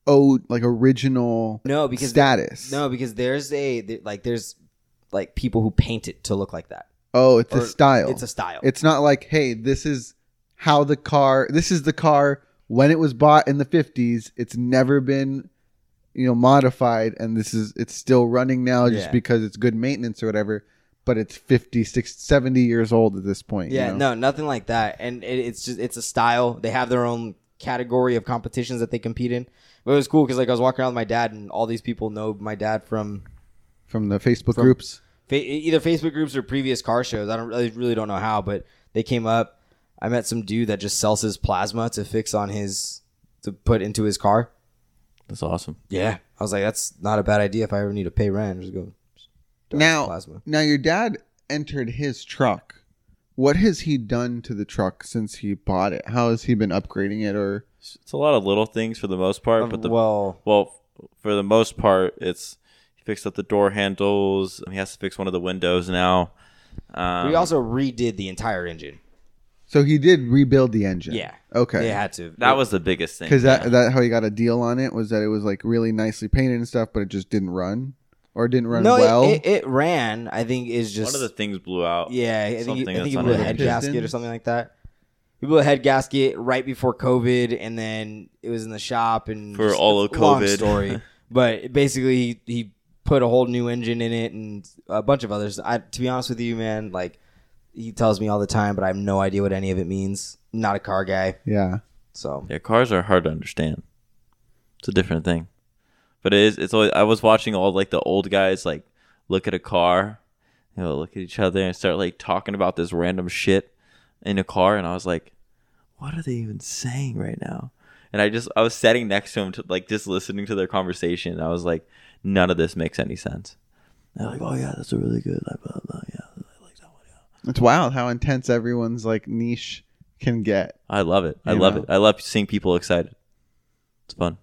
[SPEAKER 3] oh like original
[SPEAKER 2] No, because
[SPEAKER 3] status?
[SPEAKER 2] no, because there's a th- like there's like people who paint it to look like that.
[SPEAKER 3] Oh, it's
[SPEAKER 2] Or
[SPEAKER 3] a style.
[SPEAKER 2] It's a style.
[SPEAKER 3] It's not like, hey, this is how the car, this is the car when it was bought in the 50s. It's never been, you know, modified and this is, it's still running now just
[SPEAKER 2] Yeah.
[SPEAKER 3] because it's good maintenance or whatever, but it's 50, 60, 70 years old at this point. you
[SPEAKER 2] Yeah,
[SPEAKER 3] know?
[SPEAKER 2] no, nothing like that. And it, it's just it's a style. They have their own category of competitions that they compete in. But it was cool because like I was walking around with my dad, and all these people know my dad from
[SPEAKER 3] From the Facebook groups.
[SPEAKER 2] fa- e, either Facebook groups or previous car shows. I don't I really don't know how, but they came up. I met some dude that just sells his plasma to fix on his to put into his car.
[SPEAKER 1] That's awesome.
[SPEAKER 2] Yeah, I was like, that's not a bad idea. If I ever need to pay rent, just go donate
[SPEAKER 3] Now,
[SPEAKER 2] plasma.
[SPEAKER 3] now your dad entered his truck. What has he done to the truck since he bought it? How has he been upgrading it or
[SPEAKER 1] It's a lot of little things for the most part, but the
[SPEAKER 2] well,
[SPEAKER 1] well, for the most part, it's he fixed up the door handles. and He has to fix one of the windows now. Um,
[SPEAKER 2] we also redid the entire engine.
[SPEAKER 3] so he did rebuild the engine.
[SPEAKER 2] Yeah.
[SPEAKER 3] Okay.
[SPEAKER 2] They had to.
[SPEAKER 1] that was the biggest thing
[SPEAKER 3] Because that
[SPEAKER 1] yeah.
[SPEAKER 3] that how he got a deal on it was that it was like really nicely painted and stuff, but it just didn't run or it didn't run
[SPEAKER 2] no, it-
[SPEAKER 3] well.
[SPEAKER 2] it, it ran. I think is just
[SPEAKER 1] one of the things blew out.
[SPEAKER 2] yeah. I think,
[SPEAKER 1] something
[SPEAKER 2] I think
[SPEAKER 1] that's
[SPEAKER 2] he
[SPEAKER 1] on
[SPEAKER 2] blew a
[SPEAKER 1] it.
[SPEAKER 2] head
[SPEAKER 3] Pistons?
[SPEAKER 2] gasket or something like that. He blew a head gasket right before COVID, and then it was in the shop and
[SPEAKER 1] For
[SPEAKER 2] just-
[SPEAKER 1] all
[SPEAKER 2] it's
[SPEAKER 1] of
[SPEAKER 2] a long
[SPEAKER 1] COVID. [laughs]
[SPEAKER 2] story. but basically, he, he put a whole new engine in it and a bunch of others. I, to be honest with you, man, like he tells me all the time, but I have no idea what any of it means. Not a car guy,
[SPEAKER 3] yeah,
[SPEAKER 2] so
[SPEAKER 1] Yeah, cars are hard to understand. It's a different thing, but it is. It's always. I was watching all like the old guys like look at a car, you know, look at each other and start like talking about this random shit in a car, and I was like, what are they even saying right now? And I just I was sitting next to him, to, like just listening to their conversation. And I was like, none of this makes any sense. And they're like, oh yeah, that's a really good. Blah, blah, blah, yeah, I like that one. Yeah.
[SPEAKER 3] it's wild how intense everyone's like niche can get.
[SPEAKER 1] I love it. I
[SPEAKER 3] You
[SPEAKER 1] love
[SPEAKER 3] know.
[SPEAKER 1] it. I love seeing people excited. It's fun.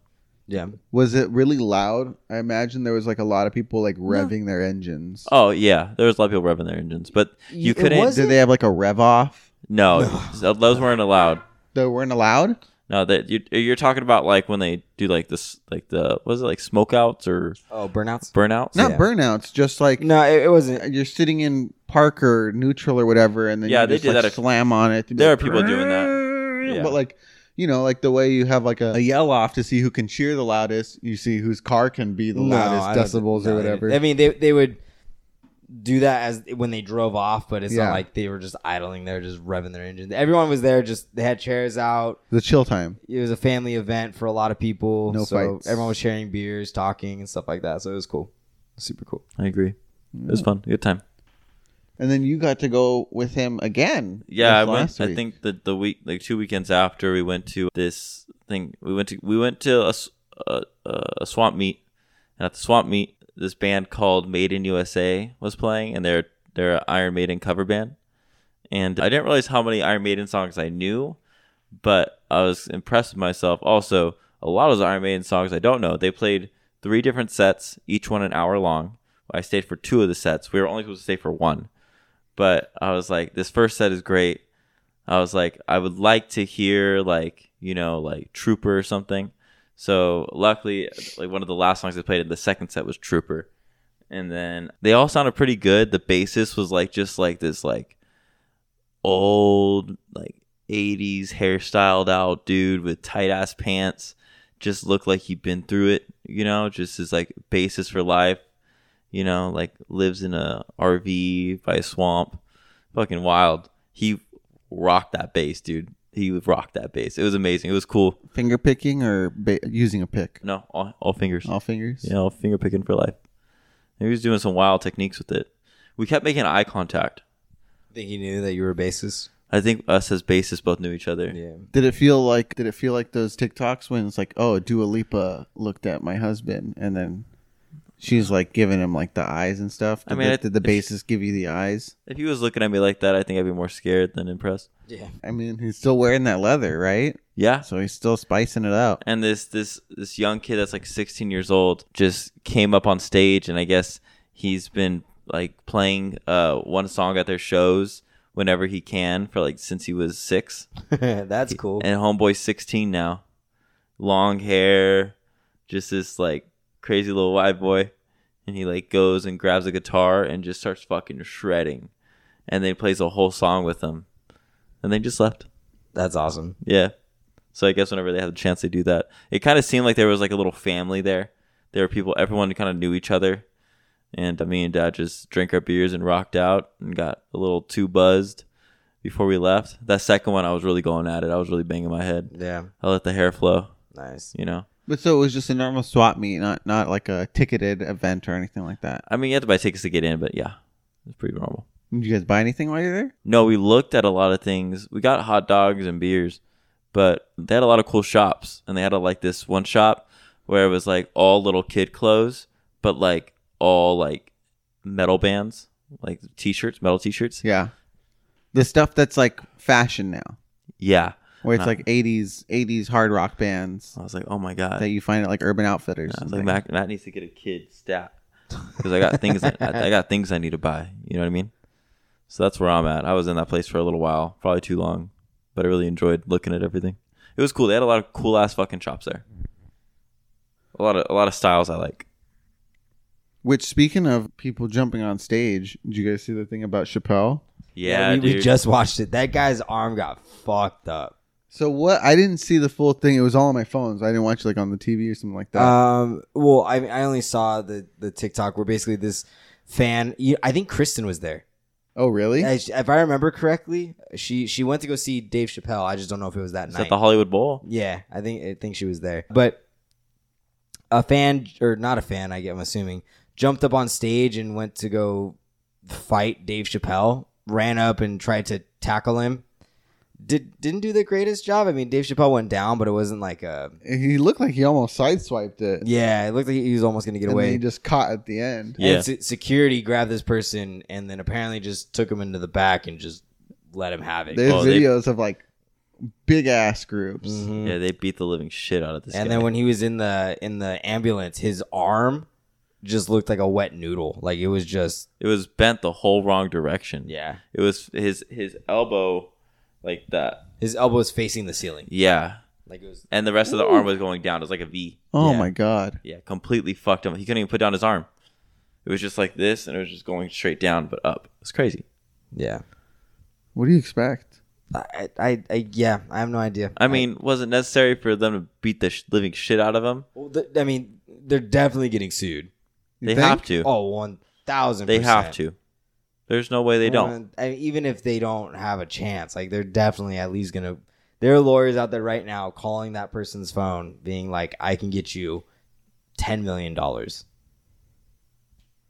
[SPEAKER 2] yeah.
[SPEAKER 3] Was it really loud? I imagine there was like a lot of people like revving their engines.
[SPEAKER 1] Oh yeah, there was a lot of people revving their engines, but you
[SPEAKER 2] It
[SPEAKER 1] couldn't.
[SPEAKER 2] was-
[SPEAKER 3] Did they have like a rev off?
[SPEAKER 1] no, so those weren't allowed.
[SPEAKER 3] They weren't allowed.
[SPEAKER 1] No, that you, you're talking about like when they do like this, like the was it like smokeouts or
[SPEAKER 2] Oh, burnouts?
[SPEAKER 1] burnouts?
[SPEAKER 3] Not
[SPEAKER 2] Yeah.
[SPEAKER 3] burnouts, just like
[SPEAKER 2] No, it, it wasn't.
[SPEAKER 3] you're sitting in park or neutral or whatever, and then
[SPEAKER 1] Yeah,
[SPEAKER 3] you
[SPEAKER 1] they
[SPEAKER 3] just,
[SPEAKER 1] did
[SPEAKER 3] like,
[SPEAKER 1] that a-
[SPEAKER 3] slam on it.
[SPEAKER 1] There are people doing that. Yeah.
[SPEAKER 3] But like, you know, like the way you have like a, a yell off to see who can cheer the loudest, you see whose car can be the
[SPEAKER 2] No, I don't
[SPEAKER 3] loudest
[SPEAKER 2] think-
[SPEAKER 3] decibels
[SPEAKER 2] no,
[SPEAKER 3] or
[SPEAKER 2] they
[SPEAKER 3] whatever.
[SPEAKER 2] didn't. I mean, they they would do that as when they drove off, but it's
[SPEAKER 3] Yeah.
[SPEAKER 2] not like they were just idling there, just revving their engine. Everyone was there, just they had chairs out.
[SPEAKER 3] the chill time.
[SPEAKER 2] It was a family event for a lot of people,
[SPEAKER 3] No
[SPEAKER 2] so
[SPEAKER 3] fights.
[SPEAKER 2] everyone was sharing beers, talking, and stuff like that. So it was cool, super cool.
[SPEAKER 1] I agree. It was fun, good time.
[SPEAKER 3] And then you got to go with him again.
[SPEAKER 1] Yeah, I
[SPEAKER 3] this
[SPEAKER 1] went.
[SPEAKER 3] last
[SPEAKER 1] I
[SPEAKER 3] week.
[SPEAKER 1] think that the week, like two weekends after, we went to this thing. We went to we went to a s- a, a- a swamp meet, and at the swamp meet, this band called Made in USA was playing, and they're they're an Iron Maiden cover band. And I didn't realize how many Iron Maiden songs I knew, but I was impressed with myself. Also, a lot of those Iron Maiden songs I don't know. They played three different sets, each one an hour long. I stayed for two of the sets. We were only supposed to stay for one but I was like, this first set is great. I was like, I would like to hear like you know like Trooper or something. So luckily, like one of the last songs they played in the second set was Trooper, and then they all sounded pretty good. The bassist was like just like this like old like '80s hairstyled out dude with tight ass pants, just looked like he'd been through it. You know, just is like bassist for life you know, like lives in a RV by a swamp, fucking wild. He rocked that bass, dude. he rocked that bass. It was amazing. It was cool.
[SPEAKER 3] Finger picking or ba- using a pick?
[SPEAKER 1] No, all, all fingers.
[SPEAKER 3] All fingers.
[SPEAKER 1] You know, finger picking for life. He was doing some wild techniques with it. We kept making eye contact.
[SPEAKER 2] Think he knew that you were bassist?
[SPEAKER 1] I think us as bassists both knew each other.
[SPEAKER 2] Yeah.
[SPEAKER 3] Did it feel like did it feel like those TikToks when it's like, oh, Dua Lipa looked at my husband and then she's like giving him like the eyes and stuff.
[SPEAKER 1] I
[SPEAKER 3] Did
[SPEAKER 1] mean,
[SPEAKER 3] the,
[SPEAKER 1] it-
[SPEAKER 3] did the
[SPEAKER 1] it's-
[SPEAKER 3] bassist give you the eyes?
[SPEAKER 1] If he was looking at me like that, I think I'd be more scared than impressed.
[SPEAKER 2] Yeah. [laughs]
[SPEAKER 3] I mean, he's still wearing that leather, right?
[SPEAKER 1] Yeah.
[SPEAKER 3] So he's still spicing it up.
[SPEAKER 1] And this this this young kid that's like 16 years old just came up on stage, and I guess he's been like playing uh, one song at their shows whenever he can for like since he was six.
[SPEAKER 2] That's cool.
[SPEAKER 1] And homeboy's 16 now, long hair, just this like crazy little white boy, and he like goes and grabs a guitar and just starts fucking shredding, and then he plays a whole song with them, and they just left.
[SPEAKER 2] That's awesome.
[SPEAKER 1] Yeah. So I guess whenever they have the chance, they do that. It kind of seemed like there was like a little family there. There were people, everyone kind of knew each other. And uh, me and dad just drank our beers and rocked out and got a little too buzzed before we left. That second one, I was really going at it. I was really banging my head.
[SPEAKER 2] Yeah.
[SPEAKER 1] I let the hair flow,
[SPEAKER 2] Nice.
[SPEAKER 1] you know.
[SPEAKER 3] But so it was just a normal swap meet, not not like a ticketed event or anything like that.
[SPEAKER 1] I mean, you had to buy tickets to get in, but yeah, it's pretty normal.
[SPEAKER 3] Did you guys buy anything while you're there?
[SPEAKER 1] No, we looked at a lot of things. We got hot dogs and beers, but they had a lot of cool shops. And they had a, like this one shop where it was like all little kid clothes, but like all like metal bands, like t shirts, metal t shirts. Yeah.
[SPEAKER 3] Yeah. The stuff that's like fashion now, where it's
[SPEAKER 1] Uh.
[SPEAKER 3] like 80s 80s hard rock bands
[SPEAKER 1] I was like, oh my God.
[SPEAKER 3] that you find at like Urban Outfitters.
[SPEAKER 1] I
[SPEAKER 3] and
[SPEAKER 1] was like,
[SPEAKER 3] things.
[SPEAKER 1] Matt, Matt needs to get a kid stat because I got things I, I got things I need to buy. You know what I mean? So that's where I'm at. I was in that place for a little while, probably too long, but I really enjoyed looking at everything. It was cool. They had a lot of cool ass fucking shops there. A lot of a lot of styles I like.
[SPEAKER 3] Which, speaking of people jumping on stage, did you guys see the thing about Chappelle?
[SPEAKER 1] Yeah,
[SPEAKER 2] we, we
[SPEAKER 1] dude.
[SPEAKER 2] just watched it. That guy's arm got fucked up.
[SPEAKER 3] So what? I didn't see the full thing. It was all on my phone, so I didn't watch it like on the TV or something like that.
[SPEAKER 2] Um. Well, I I only saw the the TikTok where basically this fan. you- I think Kristen was there.
[SPEAKER 3] oh, really?
[SPEAKER 2] As- If I remember correctly, she she went to go see Dave Chappelle. I just don't know if it was that
[SPEAKER 1] It's
[SPEAKER 2] night.
[SPEAKER 1] at the Hollywood Bowl.
[SPEAKER 2] yeah, I think I think she was there. But a fan or not a fan, I get. I'm assuming jumped up on stage and went to go fight Dave Chappelle. Ran up and tried to tackle him. Did didn't do the greatest job. I mean, Dave Chappelle went down, but it wasn't like a
[SPEAKER 3] he looked like he almost sideswiped it.
[SPEAKER 2] yeah. It looked like he was almost gonna get
[SPEAKER 3] and
[SPEAKER 2] away.
[SPEAKER 3] then he just caught at the end.
[SPEAKER 1] Yeah.
[SPEAKER 2] And se- security grabbed this person and then apparently just took him into the back and just let him have it.
[SPEAKER 3] There's
[SPEAKER 1] Oh, they- Mm-hmm.
[SPEAKER 3] videos of like big ass groups.
[SPEAKER 2] Mhm.
[SPEAKER 1] Yeah, they beat the living shit out of this.
[SPEAKER 2] And
[SPEAKER 1] guy.
[SPEAKER 2] then when he was in the in the ambulance, his arm just looked like a wet noodle. Like it was just
[SPEAKER 1] it was bent the whole wrong direction.
[SPEAKER 2] yeah.
[SPEAKER 1] it was his his elbow, like that.
[SPEAKER 2] His elbow was facing the ceiling.
[SPEAKER 1] Yeah,
[SPEAKER 2] Like it was
[SPEAKER 1] and the rest of the arm was going down. It was like a V.
[SPEAKER 3] Oh
[SPEAKER 2] Yeah.
[SPEAKER 3] my god!
[SPEAKER 1] Yeah, completely fucked him. He couldn't even put down his arm. It was just like this, and it was just going straight down but up. It's crazy.
[SPEAKER 2] yeah.
[SPEAKER 3] What do you expect?
[SPEAKER 2] I, I, I yeah, I have no idea.
[SPEAKER 1] I mean, wasn't necessary for them to beat the sh- living shit out of him.
[SPEAKER 2] I, well, th- I mean, they're definitely getting sued.
[SPEAKER 3] You
[SPEAKER 1] They
[SPEAKER 3] think?
[SPEAKER 1] have to.
[SPEAKER 2] Oh, one thousand.
[SPEAKER 1] they have to. There's no way they don't.
[SPEAKER 2] I mean, even if they don't have a chance, like they're definitely at least gonna. There are lawyers out there right now calling that person's phone, being like, "I can get you ten million dollars."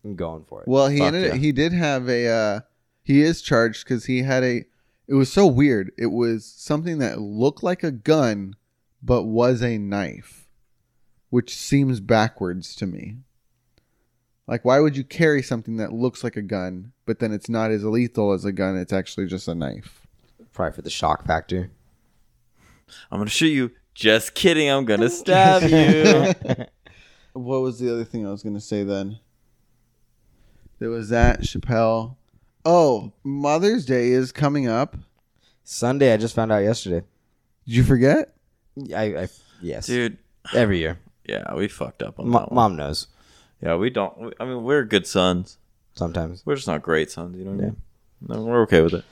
[SPEAKER 2] I'm going for it.
[SPEAKER 3] Well, he
[SPEAKER 1] Fuck
[SPEAKER 3] ended,
[SPEAKER 1] yeah.
[SPEAKER 3] he did have a uh, he is charged because he had a. It was so weird. It was something that looked like a gun, but was a knife, which seems backwards to me. Like, why would you carry something that looks like a gun, but then it's not as lethal as a gun? It's actually just a knife.
[SPEAKER 2] Probably for the shock factor.
[SPEAKER 1] I'm gonna shoot you. Just kidding. I'm gonna stab you.
[SPEAKER 3] What was the other thing I was gonna say then? There was that Chappelle. Oh, Mother's Day is coming up.
[SPEAKER 2] Sunday, I just found out yesterday.
[SPEAKER 3] Did you forget?
[SPEAKER 2] I, I yes,
[SPEAKER 1] Dude,
[SPEAKER 2] every year.
[SPEAKER 1] yeah, we fucked up on
[SPEAKER 2] Mo-
[SPEAKER 1] that one.
[SPEAKER 2] Mom knows
[SPEAKER 1] Yeah, we don't. we- I mean, we're good sons.
[SPEAKER 2] sometimes.
[SPEAKER 1] We're just not great sons. You know what I mean? No, we're okay with it.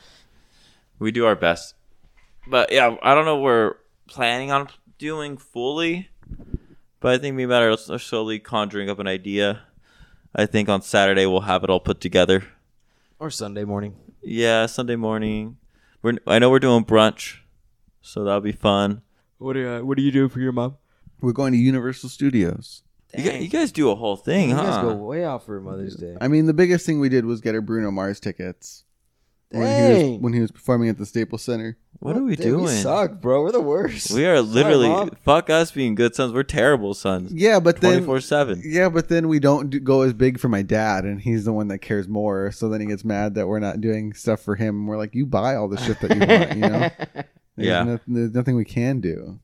[SPEAKER 1] We do our best. But yeah, I don't know what we're planning on doing fully. But I think me and Matt are are slowly conjuring up an idea. I think on Saturday we'll have it all put together.
[SPEAKER 2] Or Sunday morning.
[SPEAKER 1] Yeah, Sunday morning. We're I know we're doing brunch. So that'll be fun.
[SPEAKER 4] What are uh, what are you doing for your mom?
[SPEAKER 3] We're going to Universal Studios.
[SPEAKER 1] You, gu- you guys do a whole thing,
[SPEAKER 2] You
[SPEAKER 1] huh?
[SPEAKER 2] guys go way out for Mother's Day.
[SPEAKER 3] I mean, the biggest thing we did was get her Bruno Mars tickets when he was
[SPEAKER 2] Dang.
[SPEAKER 3] when he was performing at the Staples Center.
[SPEAKER 1] what are we
[SPEAKER 2] Dude,
[SPEAKER 1] doing?
[SPEAKER 2] We suck, bro. We're the worst.
[SPEAKER 1] We are
[SPEAKER 2] Sorry,
[SPEAKER 1] literally
[SPEAKER 2] Mom.
[SPEAKER 1] fuck us being good sons. We're terrible sons.
[SPEAKER 3] Yeah, but
[SPEAKER 1] Twenty
[SPEAKER 3] then
[SPEAKER 1] four seven.
[SPEAKER 3] yeah, but then we don't do, go as big for my dad, and he's the one that cares more. So then he gets mad that we're not doing stuff for him. We're like, you buy all the shit that you want, you know. There's
[SPEAKER 1] Yeah.
[SPEAKER 3] no- there's nothing we can do.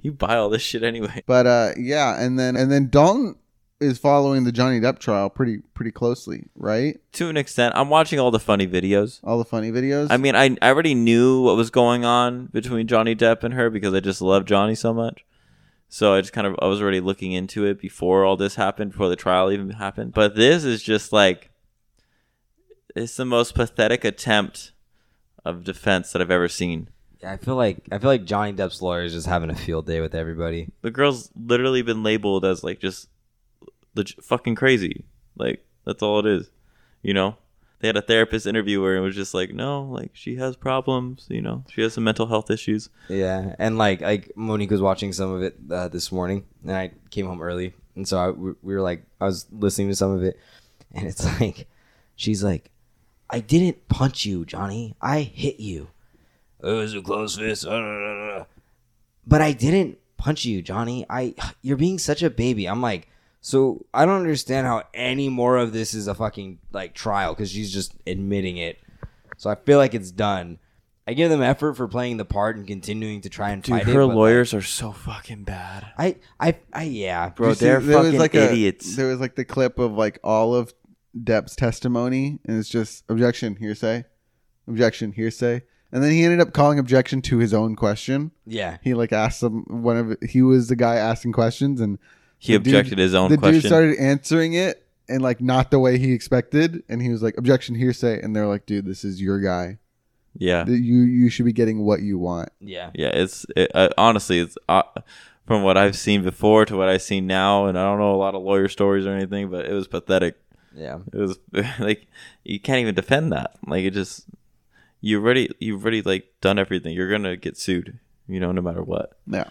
[SPEAKER 1] You buy all this shit anyway.
[SPEAKER 3] But uh, yeah, and then and then Dalton is following the Johnny Depp trial pretty pretty closely, right?
[SPEAKER 1] To an extent, I'm watching all the funny videos.
[SPEAKER 3] All the funny videos.
[SPEAKER 1] I mean, I, I already knew what was going on between Johnny Depp and her because I just love Johnny so much. So I just kind of I was already looking into it before all this happened, before the trial even happened. But this is just like it's the most pathetic attempt of defense that I've ever seen.
[SPEAKER 2] I feel like I feel like Johnny Depp's lawyer is just having a field day with everybody.
[SPEAKER 1] The girl's literally been labeled as like just leg- fucking crazy. Like that's all it is, you know. They had a therapist interview her and was just like, no, like she has problems, you know, she has some mental health issues.
[SPEAKER 2] Yeah, and like like Monique was watching some of it uh, this morning, and I came home early, and so I, we, we were like I was listening to some of it, and it's [laughs] like she's like, "I didn't punch you, Johnny. I hit you. It was a close fist, uh, uh, uh, uh. but I didn't punch you, Johnny. I you're being such a baby." I'm like. So I don't understand how any more of this is a fucking like trial because she's just admitting it. So I feel like it's done. I give them effort for playing the part and continuing to try and
[SPEAKER 1] Dude,
[SPEAKER 2] fight
[SPEAKER 1] her
[SPEAKER 2] it. but,
[SPEAKER 1] lawyers are so fucking bad,
[SPEAKER 2] like, I, I, I, yeah,
[SPEAKER 1] bro.
[SPEAKER 3] Did you see-
[SPEAKER 1] they're
[SPEAKER 3] there was
[SPEAKER 1] fucking
[SPEAKER 3] like a-
[SPEAKER 1] idiots.
[SPEAKER 3] there was like the clip of like all of Depp's testimony, and it's just objection, hearsay, objection, hearsay, and then he ended up calling objection to his own question.
[SPEAKER 2] yeah.
[SPEAKER 3] He like asked some one of he was the guy asking questions, and
[SPEAKER 1] he
[SPEAKER 3] the dude-
[SPEAKER 1] objected his own
[SPEAKER 3] the
[SPEAKER 1] question.
[SPEAKER 3] dude started answering it and like not the way he expected, and he was like objection, hearsay, and they're like, dude, this is your guy.
[SPEAKER 1] yeah,
[SPEAKER 3] That You you should be getting what you want.
[SPEAKER 2] Yeah,
[SPEAKER 1] yeah. It's it, uh, honestly, it's uh, from what I've seen before to what I see now, and I don't know a lot of lawyer stories or anything, but it was pathetic.
[SPEAKER 2] yeah.
[SPEAKER 1] It was [laughs] like you can't even defend that. Like it just you already you've already like done everything. You're gonna get sued, you know, no matter what.
[SPEAKER 3] Yeah.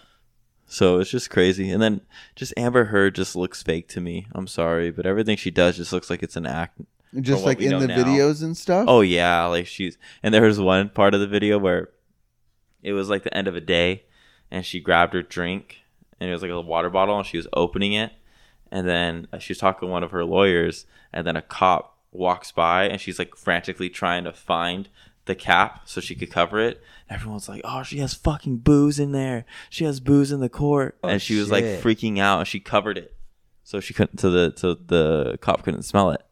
[SPEAKER 1] So it's just crazy. And then just Amber Heard just looks fake to me. I'm sorry, but everything she does just looks like it's an act.
[SPEAKER 3] Just
[SPEAKER 1] what
[SPEAKER 3] like
[SPEAKER 1] we
[SPEAKER 3] in
[SPEAKER 1] know
[SPEAKER 3] the
[SPEAKER 1] now.
[SPEAKER 3] videos and stuff.
[SPEAKER 1] Oh yeah, like she's and there was one part of the video where it was like the end of a day and she grabbed her drink and it was like a water bottle and she was opening it and then uh, she was talking to one of her lawyers and then a cop walks by and she's like frantically trying to find the cap so she could cover it. Everyone's like, "Oh, she has fucking booze in there. She has booze in the court."
[SPEAKER 2] Oh,
[SPEAKER 1] and she was like
[SPEAKER 2] shit.
[SPEAKER 1] freaking out and she covered it. So she couldn't so the so the cop couldn't smell it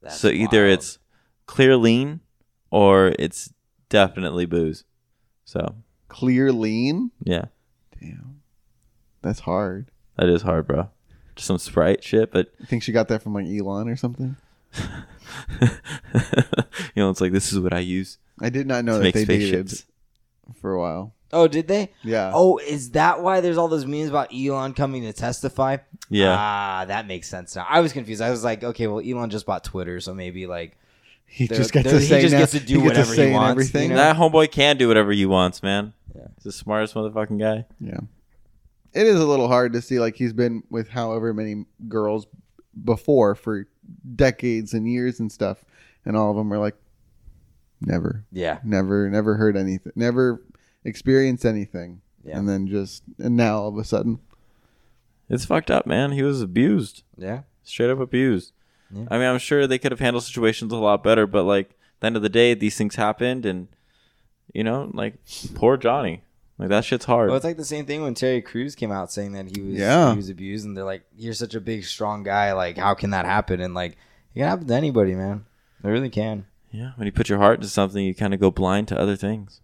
[SPEAKER 2] That's
[SPEAKER 1] so either
[SPEAKER 2] wild.
[SPEAKER 1] it's clear lean or it's definitely booze. So
[SPEAKER 3] Clear lean.
[SPEAKER 1] yeah,
[SPEAKER 3] Damn. That's hard.
[SPEAKER 1] that is hard, bro. Just some sprite shit, but [laughs]
[SPEAKER 3] I think she got that from like Elon or something.
[SPEAKER 1] you know, it's like this is what I use
[SPEAKER 3] I did not know
[SPEAKER 1] to
[SPEAKER 3] that
[SPEAKER 1] make
[SPEAKER 3] they dated
[SPEAKER 1] spaceships.
[SPEAKER 3] for a while.
[SPEAKER 2] oh, did they?
[SPEAKER 3] Yeah.
[SPEAKER 2] Oh, is that why there's all those memes about Elon coming to testify?
[SPEAKER 1] Yeah,
[SPEAKER 2] Ah, that makes sense now. I was confused. I was like, okay, well, Elon just bought Twitter, so maybe like
[SPEAKER 3] he
[SPEAKER 2] they're-
[SPEAKER 3] just gets
[SPEAKER 2] they're-
[SPEAKER 3] to
[SPEAKER 2] he
[SPEAKER 3] say
[SPEAKER 2] just
[SPEAKER 3] now-
[SPEAKER 2] gets to do
[SPEAKER 3] he gets
[SPEAKER 2] whatever
[SPEAKER 3] to
[SPEAKER 2] he
[SPEAKER 3] say and
[SPEAKER 2] wants, you
[SPEAKER 3] everything.
[SPEAKER 2] know?
[SPEAKER 1] that homeboy can do whatever he wants, man.
[SPEAKER 2] Yeah.
[SPEAKER 1] He's the smartest motherfucking guy.
[SPEAKER 3] Yeah. It is a little hard to see like he's been with however many girls before for decades and years and stuff and all of them are like never
[SPEAKER 2] yeah,
[SPEAKER 3] never never heard anything never experienced anything
[SPEAKER 2] Yeah.
[SPEAKER 3] and then just and now all of a sudden
[SPEAKER 1] It's fucked up, man. He was abused,
[SPEAKER 2] yeah.
[SPEAKER 1] straight up abused.
[SPEAKER 2] Yeah.
[SPEAKER 1] I mean, I'm sure they could have handled situations a lot better, but like at the end of the day, these things happened, and you know, like poor Johnny. Like that shit's hard.
[SPEAKER 2] Well, it's like the same thing when Terry Crews came out saying that he was
[SPEAKER 3] Yeah.
[SPEAKER 2] he was abused, and they're like, "You're such a big, strong guy. Like, how can that happen?" And like, it can happen to anybody, man. It really can.
[SPEAKER 1] Yeah, when you put your heart into something, you kind of go blind to other things.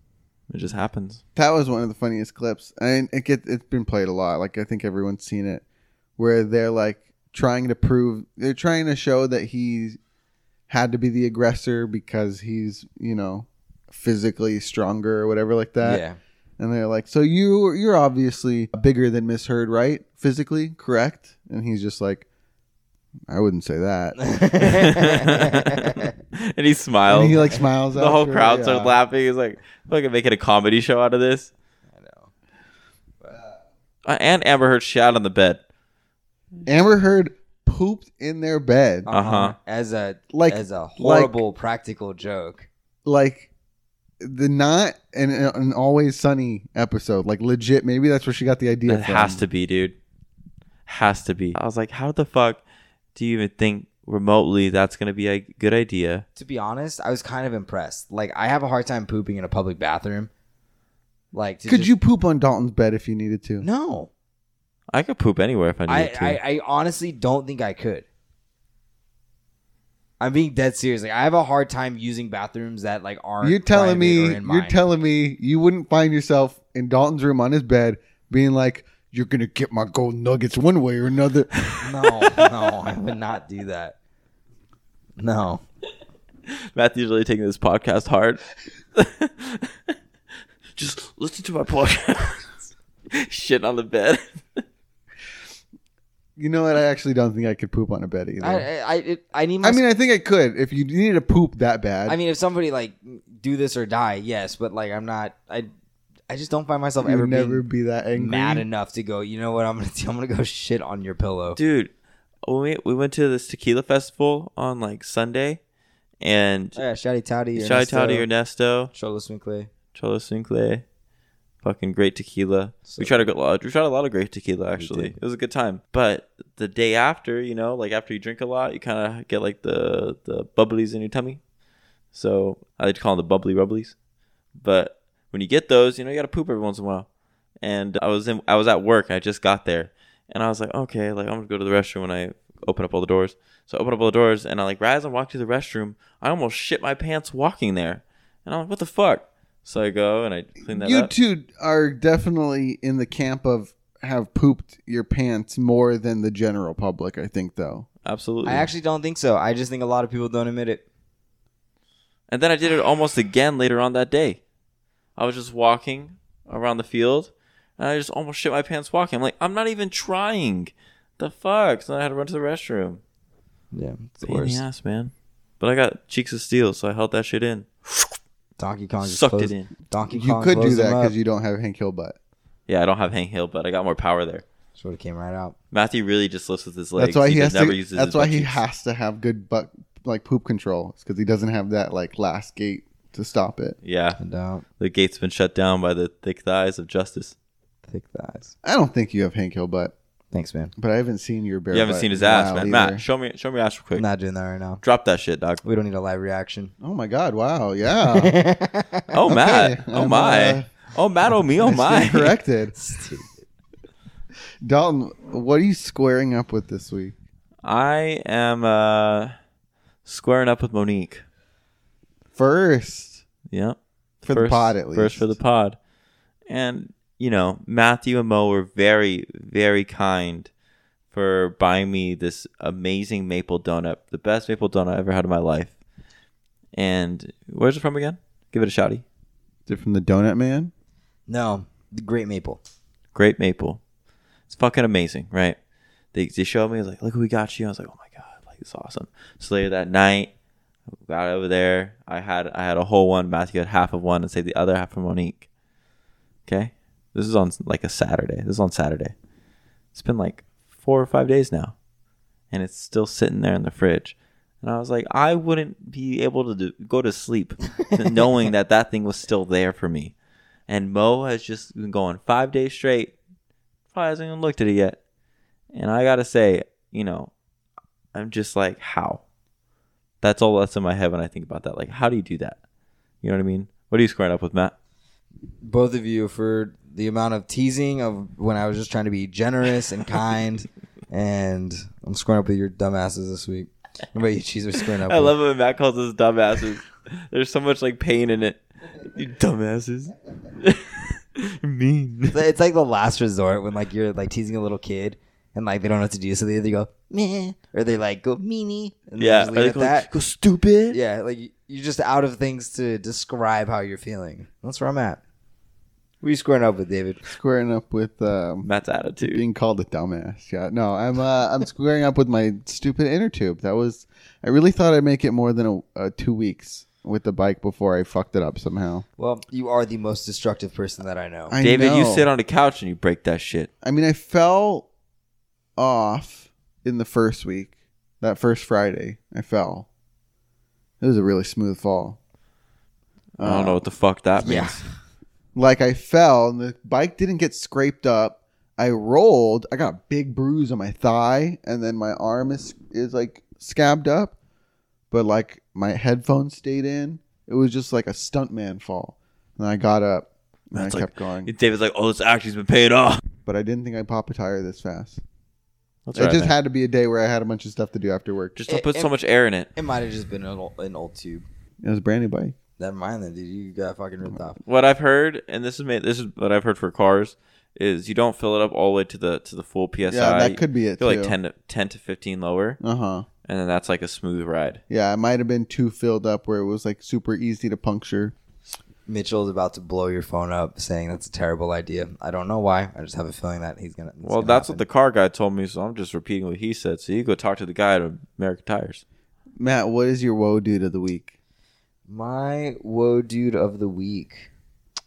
[SPEAKER 1] It just happens. [laughs]
[SPEAKER 3] That was one of the funniest clips, and it get it's been played a lot. Like I think everyone's seen it, where they're like trying to prove they're trying to show that he had to be the aggressor because he's you know physically stronger or whatever like that. [laughs]
[SPEAKER 2] yeah, [laughs]
[SPEAKER 3] And they're like, so you you're obviously bigger than Miss Heard, right? Physically, correct? And he's just like, I wouldn't say that.
[SPEAKER 2] Uh-huh.
[SPEAKER 1] and he smiles.
[SPEAKER 3] and he like smiles.
[SPEAKER 1] the whole
[SPEAKER 3] after,
[SPEAKER 1] crowd starts
[SPEAKER 3] yeah.
[SPEAKER 1] laughing. He's like, "Fucking make it a comedy show out of this."
[SPEAKER 2] I know.
[SPEAKER 1] Uh, and Amber Heard shot on the bed.
[SPEAKER 3] Amber Heard pooped in their bed.
[SPEAKER 1] Uh-huh.
[SPEAKER 2] As a
[SPEAKER 3] Like-
[SPEAKER 2] as a horrible practical joke.
[SPEAKER 3] like the not an, an always sunny episode like legit maybe that's where she got the idea
[SPEAKER 1] It has to be, dude. Has to be. I was like, "How the fuck do you even think remotely that's gonna be a good idea?"
[SPEAKER 2] To be honest, I was kind of impressed. Like I have a hard time pooping in a public bathroom. Like to
[SPEAKER 3] could
[SPEAKER 2] just-
[SPEAKER 3] you poop on dalton's bed if you needed to
[SPEAKER 2] No.
[SPEAKER 1] I could poop anywhere if I
[SPEAKER 2] I,
[SPEAKER 1] needed to.
[SPEAKER 2] I, I honestly don't think I could. I'm being dead serious. Like I have a hard time using bathrooms that like aren't.
[SPEAKER 3] you're telling
[SPEAKER 2] private
[SPEAKER 3] me
[SPEAKER 2] or
[SPEAKER 3] you're
[SPEAKER 2] in mine.
[SPEAKER 3] telling me you wouldn't find yourself in dalton's room on his bed being like you're gonna get my gold nuggets one way
[SPEAKER 1] [laughs]
[SPEAKER 3] or another
[SPEAKER 2] [laughs] No, no, I would not do that. No.
[SPEAKER 1] Matthew's really taking this podcast hard. [laughs] Just listen to my [laughs] podcast. Shit on the bed.
[SPEAKER 3] you know what i actually don't think i could poop on a bed either
[SPEAKER 2] I
[SPEAKER 3] i,
[SPEAKER 2] I I, it, I need my. I
[SPEAKER 3] mean
[SPEAKER 2] mean,
[SPEAKER 3] i think i could if you needed to poop that bad
[SPEAKER 2] I mean, if somebody like do this or die, yes, but like I'm not. I I just don't find myself
[SPEAKER 3] you
[SPEAKER 2] ever
[SPEAKER 3] would never
[SPEAKER 2] being
[SPEAKER 3] be that angry
[SPEAKER 2] mad enough to go. You know what I'm gonna [laughs] do? I'm gonna go shit on your pillow.
[SPEAKER 1] Dude, when we, we went to this tequila festival on like Sunday and
[SPEAKER 2] Oh, yeah, shouty touty.
[SPEAKER 1] Shai Tati Ernesto,
[SPEAKER 2] Cholo Swinkle.
[SPEAKER 1] Cholo Cincle, fucking great tequila. we tried a good lot we tried a lot of great tequila actually. It was a good time. But the day after, you know, like after you drink a lot, you kinda get like the the bubblies in your tummy. So I like to call them the bubbly rubblies. But when you get those, you know, you gotta poop every once in a while. And I was in I was at work, I just got there. And I was like, okay, like I'm gonna go to the restroom when I open up all the doors. So I open up all the doors and I like right as I walk to the restroom, I almost shit my pants walking there. And I'm like, what the fuck? So I go and I clean that
[SPEAKER 3] you
[SPEAKER 1] up.
[SPEAKER 3] two are definitely in the camp of have pooped your pants more than the general public i think though
[SPEAKER 1] Absolutely.
[SPEAKER 2] I actually don't think so. I just think a lot of people don't admit it.
[SPEAKER 1] And then I did it almost again later on that day. I was just walking around the field and I just almost shit my pants walking. I'm like, I'm not even trying. The fuck? So I had to run to the restroom.
[SPEAKER 2] Yeah, it's the
[SPEAKER 1] Pain in
[SPEAKER 2] worst.
[SPEAKER 1] the ass, man. But I got cheeks of steel, so I held that shit in.
[SPEAKER 2] Donkey Kong just
[SPEAKER 1] Sucked it
[SPEAKER 2] closed-
[SPEAKER 1] in.
[SPEAKER 2] Donkey
[SPEAKER 3] you
[SPEAKER 2] Kong
[SPEAKER 3] could do
[SPEAKER 2] closed
[SPEAKER 3] that
[SPEAKER 2] him up.
[SPEAKER 3] because you don't have Hank Hill butt.
[SPEAKER 1] Yeah, I don't have Hank Hill, but I got more power there.
[SPEAKER 2] sort of came right out.
[SPEAKER 1] Matthew really just lifts with his legs.
[SPEAKER 3] That's why he, has
[SPEAKER 1] never
[SPEAKER 3] to.
[SPEAKER 1] uses
[SPEAKER 3] That's
[SPEAKER 1] his
[SPEAKER 3] why
[SPEAKER 1] butt
[SPEAKER 3] he
[SPEAKER 1] cheeks.
[SPEAKER 3] has to have good butt like poop control because he doesn't have that like last gate to stop it.
[SPEAKER 1] Yeah,
[SPEAKER 2] And out.
[SPEAKER 1] the gate's been shut down by the thick thighs of justice.
[SPEAKER 2] Thick thighs.
[SPEAKER 3] I don't think you have Hank Hill butt,
[SPEAKER 2] Thanks, man.
[SPEAKER 3] but I haven't seen your bare.
[SPEAKER 1] You haven't
[SPEAKER 3] butt
[SPEAKER 1] seen his
[SPEAKER 3] in a
[SPEAKER 1] ass,
[SPEAKER 3] while
[SPEAKER 1] man.
[SPEAKER 3] either.
[SPEAKER 1] Matt, show me, show me your ass real quick.
[SPEAKER 2] I'm not doing that right now.
[SPEAKER 1] Drop that shit, dog.
[SPEAKER 2] We don't need a live
[SPEAKER 3] [laughs]
[SPEAKER 2] reaction.
[SPEAKER 3] Oh my
[SPEAKER 1] [laughs]
[SPEAKER 3] God! Wow. Yeah. [laughs]
[SPEAKER 1] Oh Matt, oh
[SPEAKER 3] I'm,
[SPEAKER 1] my,
[SPEAKER 3] uh,
[SPEAKER 1] oh Matt, oh
[SPEAKER 3] [laughs]
[SPEAKER 1] me, oh
[SPEAKER 3] I stand
[SPEAKER 1] my. [laughs]
[SPEAKER 3] Corrected. Dalton, what are you squaring up with this week?
[SPEAKER 1] I am uh squaring up with Monique.
[SPEAKER 3] First,
[SPEAKER 1] Yep.
[SPEAKER 3] For the pod, at
[SPEAKER 1] First for the
[SPEAKER 3] least.
[SPEAKER 1] pod. And, you know, Matthew and Mo were very, very kind for buying me this amazing maple donut, the best maple donut I ever had in my life. And where's it from again? Give it a shouty.
[SPEAKER 3] they're from the Donut Man.
[SPEAKER 2] No, the Great Maple.
[SPEAKER 1] Great maple. It's fucking amazing, right? They, they showed me, I was like, look who we got you. I was like, oh my God, like it's awesome. So later that night, got over there. I had I had a whole one. Matthew had half of one and saved the other half for Monique. Okay? This is on like a Saturday. This is on Saturday. It's been like four or five days now. And it's still sitting there in the fridge. And I was like, I wouldn't be able to do, go to sleep knowing that that thing was still there for me. And Mo has just been going five days straight. Probably hasn't even looked at it yet. And I gotta say, you know, I'm just like, how? That's all that's in my head when I think about that. Like, how do you do that? You know what I mean? What are you squaring up with, Matt?
[SPEAKER 2] Both of you for the amount of teasing of when I was just trying to be generous and
[SPEAKER 1] [laughs]
[SPEAKER 2] kind, and I'm squaring up with your dumbasses this week. What about you, cheese? Are squaring up?
[SPEAKER 1] I
[SPEAKER 2] with?
[SPEAKER 1] love it when Matt calls us dumbasses. [laughs] There's so much like pain in it. You dumbasses. mean.
[SPEAKER 2] It's- It's like the last resort when like you're like teasing a little kid and like they don't know what to do, so they either go meh or they like go meanie. And they
[SPEAKER 1] Yeah.
[SPEAKER 2] just
[SPEAKER 1] Are
[SPEAKER 2] leave
[SPEAKER 1] they
[SPEAKER 2] it at
[SPEAKER 1] going,
[SPEAKER 2] that.
[SPEAKER 1] Go stupid.
[SPEAKER 2] Yeah, like you're just out of things to describe how you're feeling. That's where I'm at. We squaring up with David.
[SPEAKER 3] Squaring up with um,
[SPEAKER 1] Matt's attitude.
[SPEAKER 3] being called a dumbass. Yeah, no, I'm uh, I'm squaring up with my stupid inner tube. That was I really thought I'd make it more than a, a two weeks with the bike before I fucked it up somehow.
[SPEAKER 2] Well, you are the most destructive person that I know.
[SPEAKER 3] I
[SPEAKER 1] David, you
[SPEAKER 3] know.
[SPEAKER 1] sit on the couch and you break that shit.
[SPEAKER 3] I mean, I fell off in the first week. That first Friday, I fell. It was a really smooth fall.
[SPEAKER 1] I don't know what the fuck that means.
[SPEAKER 2] yeah.
[SPEAKER 3] Like I fell and the bike didn't get scraped up. I rolled. I got a big bruise on my thigh, and then my arm is is like scabbed up. But like my headphones stayed in. It was just like a stuntman fall. And I got up and
[SPEAKER 1] That's
[SPEAKER 3] I
[SPEAKER 1] like-
[SPEAKER 3] kept going.
[SPEAKER 1] David's like, oh, this actually's been paid off.
[SPEAKER 3] But I didn't think I'd pop a tire this fast.
[SPEAKER 1] That's
[SPEAKER 3] it
[SPEAKER 1] right,
[SPEAKER 3] just
[SPEAKER 1] man.
[SPEAKER 3] had to be a day where I had a bunch of stuff to do after work.
[SPEAKER 1] Just don't
[SPEAKER 2] It-
[SPEAKER 1] put so
[SPEAKER 2] it-
[SPEAKER 1] much air in it.
[SPEAKER 2] It might have just been an old, an old tube.
[SPEAKER 3] It was a brand new bike.
[SPEAKER 2] Never mind then, dude. You got fucking ripped off.
[SPEAKER 1] What I've heard, and this is made, this is what I've heard for cars, is you don't fill it up all the way to the to the full psi.
[SPEAKER 3] Yeah, that could be it.
[SPEAKER 1] go like
[SPEAKER 3] too.
[SPEAKER 1] 10 to, 10 to 15 lower,
[SPEAKER 3] Uh huh.
[SPEAKER 1] and then that's like a smooth ride.
[SPEAKER 3] Yeah, it might have been too filled up where it was like super easy to puncture.
[SPEAKER 2] Mitchell's about to blow your phone up, saying that's a terrible idea. I don't know why. I just have a feeling that he's gonna.
[SPEAKER 1] Well, that's what the car guy told me, so I'm just repeating what he said. So you go talk to the guy at American Tires.
[SPEAKER 3] Matt, what is your woe dude of the week?
[SPEAKER 2] my whoa dude of the week.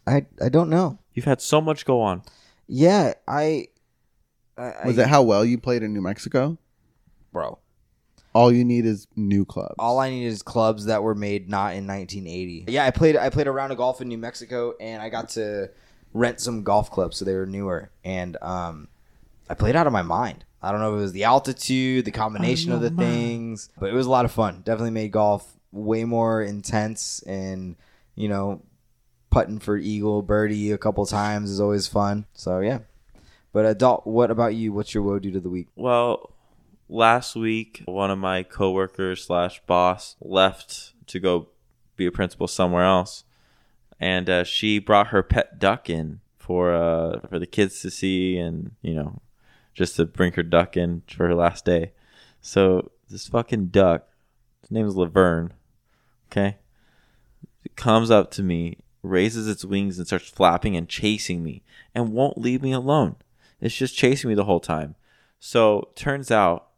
[SPEAKER 2] I I don't know.
[SPEAKER 1] You've had so much go on.
[SPEAKER 2] Yeah, I. I
[SPEAKER 3] Was
[SPEAKER 2] I,
[SPEAKER 3] it how well you played in New Mexico?
[SPEAKER 2] bro?
[SPEAKER 3] All you need is new clubs.
[SPEAKER 2] All I need is clubs that were made not in 1980. Yeah, I played I played a round of golf in New Mexico, and I got to rent some golf clubs, so they were newer, and um, I played out of my mind. I don't know if it was the altitude, the combination of the things, but it was a lot of fun. Definitely made golf way more intense, and you know, putting for eagle, birdie a couple times is always fun. So yeah. But adult, what about you? What's your woe dude of the week?
[SPEAKER 1] Well, last week, one of my coworkers slash boss left to go be a principal somewhere else, and uh, she brought her pet duck in for uh, for the kids to see, and you know, just to bring her duck in for her last day. So this fucking duck, his name is Laverne. Okay, it comes up to me, raises its wings and starts flapping and chasing me, and won't leave me alone. It's just chasing me the whole time. So turns out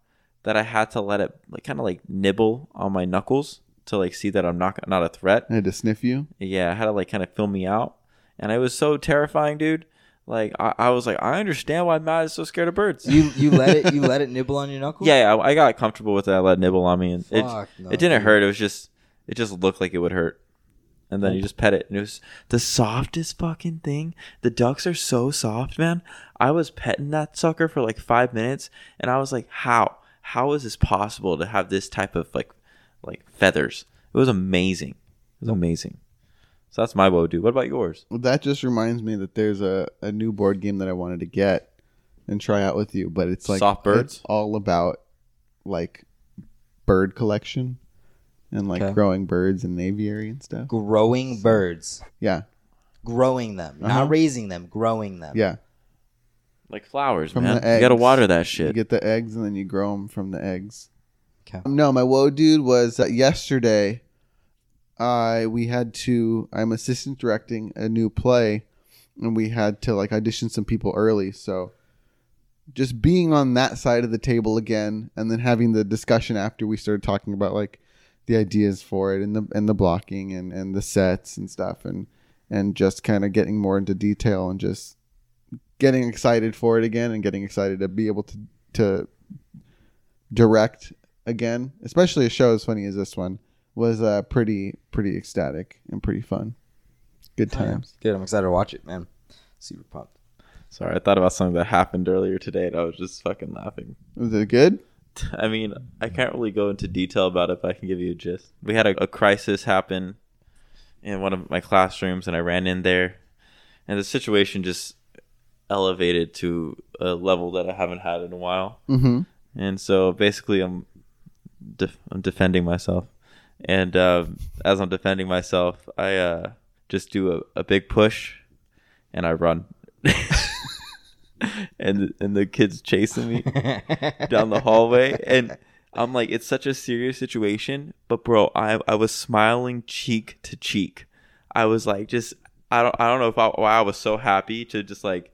[SPEAKER 1] that I had to let it like kind of like nibble on my knuckles to like see that I'm not not a threat.
[SPEAKER 3] I had to sniff you.
[SPEAKER 1] Yeah, I had to like kind of fill me out, and it was so terrifying, dude. Like I, I was like, I understand why Matt is so scared of birds.
[SPEAKER 2] You you let it you let it nibble on your knuckle?
[SPEAKER 1] yeah, yeah, I, I got comfortable with that. I let it nibble on me, and it
[SPEAKER 2] Fuck no,
[SPEAKER 1] it didn't
[SPEAKER 2] dude.
[SPEAKER 1] hurt. It was just it just looked like it would hurt. And then you just pet it, and it was the softest fucking thing. The ducks are so soft, man. I was petting that sucker for like five minutes, and I was like, "How? How is this possible to have this type of like, like feathers?" It was amazing. It was amazing. So that's my woe, dude. What about yours?
[SPEAKER 3] Well, that just reminds me that there's a, a new board game that I wanted to get and try out with you, but it's like
[SPEAKER 1] Soft birds?
[SPEAKER 3] it's all about like bird collection and like
[SPEAKER 2] Okay.
[SPEAKER 3] growing birds and aviary and stuff.
[SPEAKER 2] growing birds,
[SPEAKER 3] Yeah,
[SPEAKER 2] growing them,
[SPEAKER 3] Uh-huh.
[SPEAKER 2] not raising them, growing them.
[SPEAKER 3] yeah.
[SPEAKER 1] Like flowers,
[SPEAKER 3] From
[SPEAKER 1] man.
[SPEAKER 3] the
[SPEAKER 1] You gotta
[SPEAKER 3] eggs.
[SPEAKER 1] water that
[SPEAKER 3] You
[SPEAKER 1] shit.
[SPEAKER 3] get the eggs and then you grow them from the eggs.
[SPEAKER 2] Okay.
[SPEAKER 3] Um, No, my woe dude was uh, yesterday. I we had to. I'm assistant directing a new play, and we had to like audition some people early. So, just being on that side of the table again, and then having the discussion after we started talking about like the ideas for it and the and the blocking and and the sets and stuff, and and just kind of getting more into detail and just getting excited for it again and getting excited to be able to to direct again, especially a show as funny as this one, was uh, pretty pretty ecstatic and pretty fun. Good times.
[SPEAKER 2] Good. I'm excited to watch it, man. Super pumped. [laughs]
[SPEAKER 1] Sorry, I thought about something that happened earlier today, and I was just fucking laughing.
[SPEAKER 3] Was it good?
[SPEAKER 1] [laughs] I mean, I can't really go into detail about it, but I can give you a gist. We had a, a crisis happen in one of my classrooms, and I ran in there, and the situation just elevated to a level that I haven't had in a while.
[SPEAKER 3] Mm-hmm.
[SPEAKER 1] And so basically, I'm def- I'm defending myself, and uh, as I'm defending myself, I uh, just do a, a big push, and I run. [laughs] and and the kids chasing me down the hallway and I'm like it's such a serious situation but bro I I was smiling cheek to cheek. I was like just I don't I don't know if I, why I was so happy to just like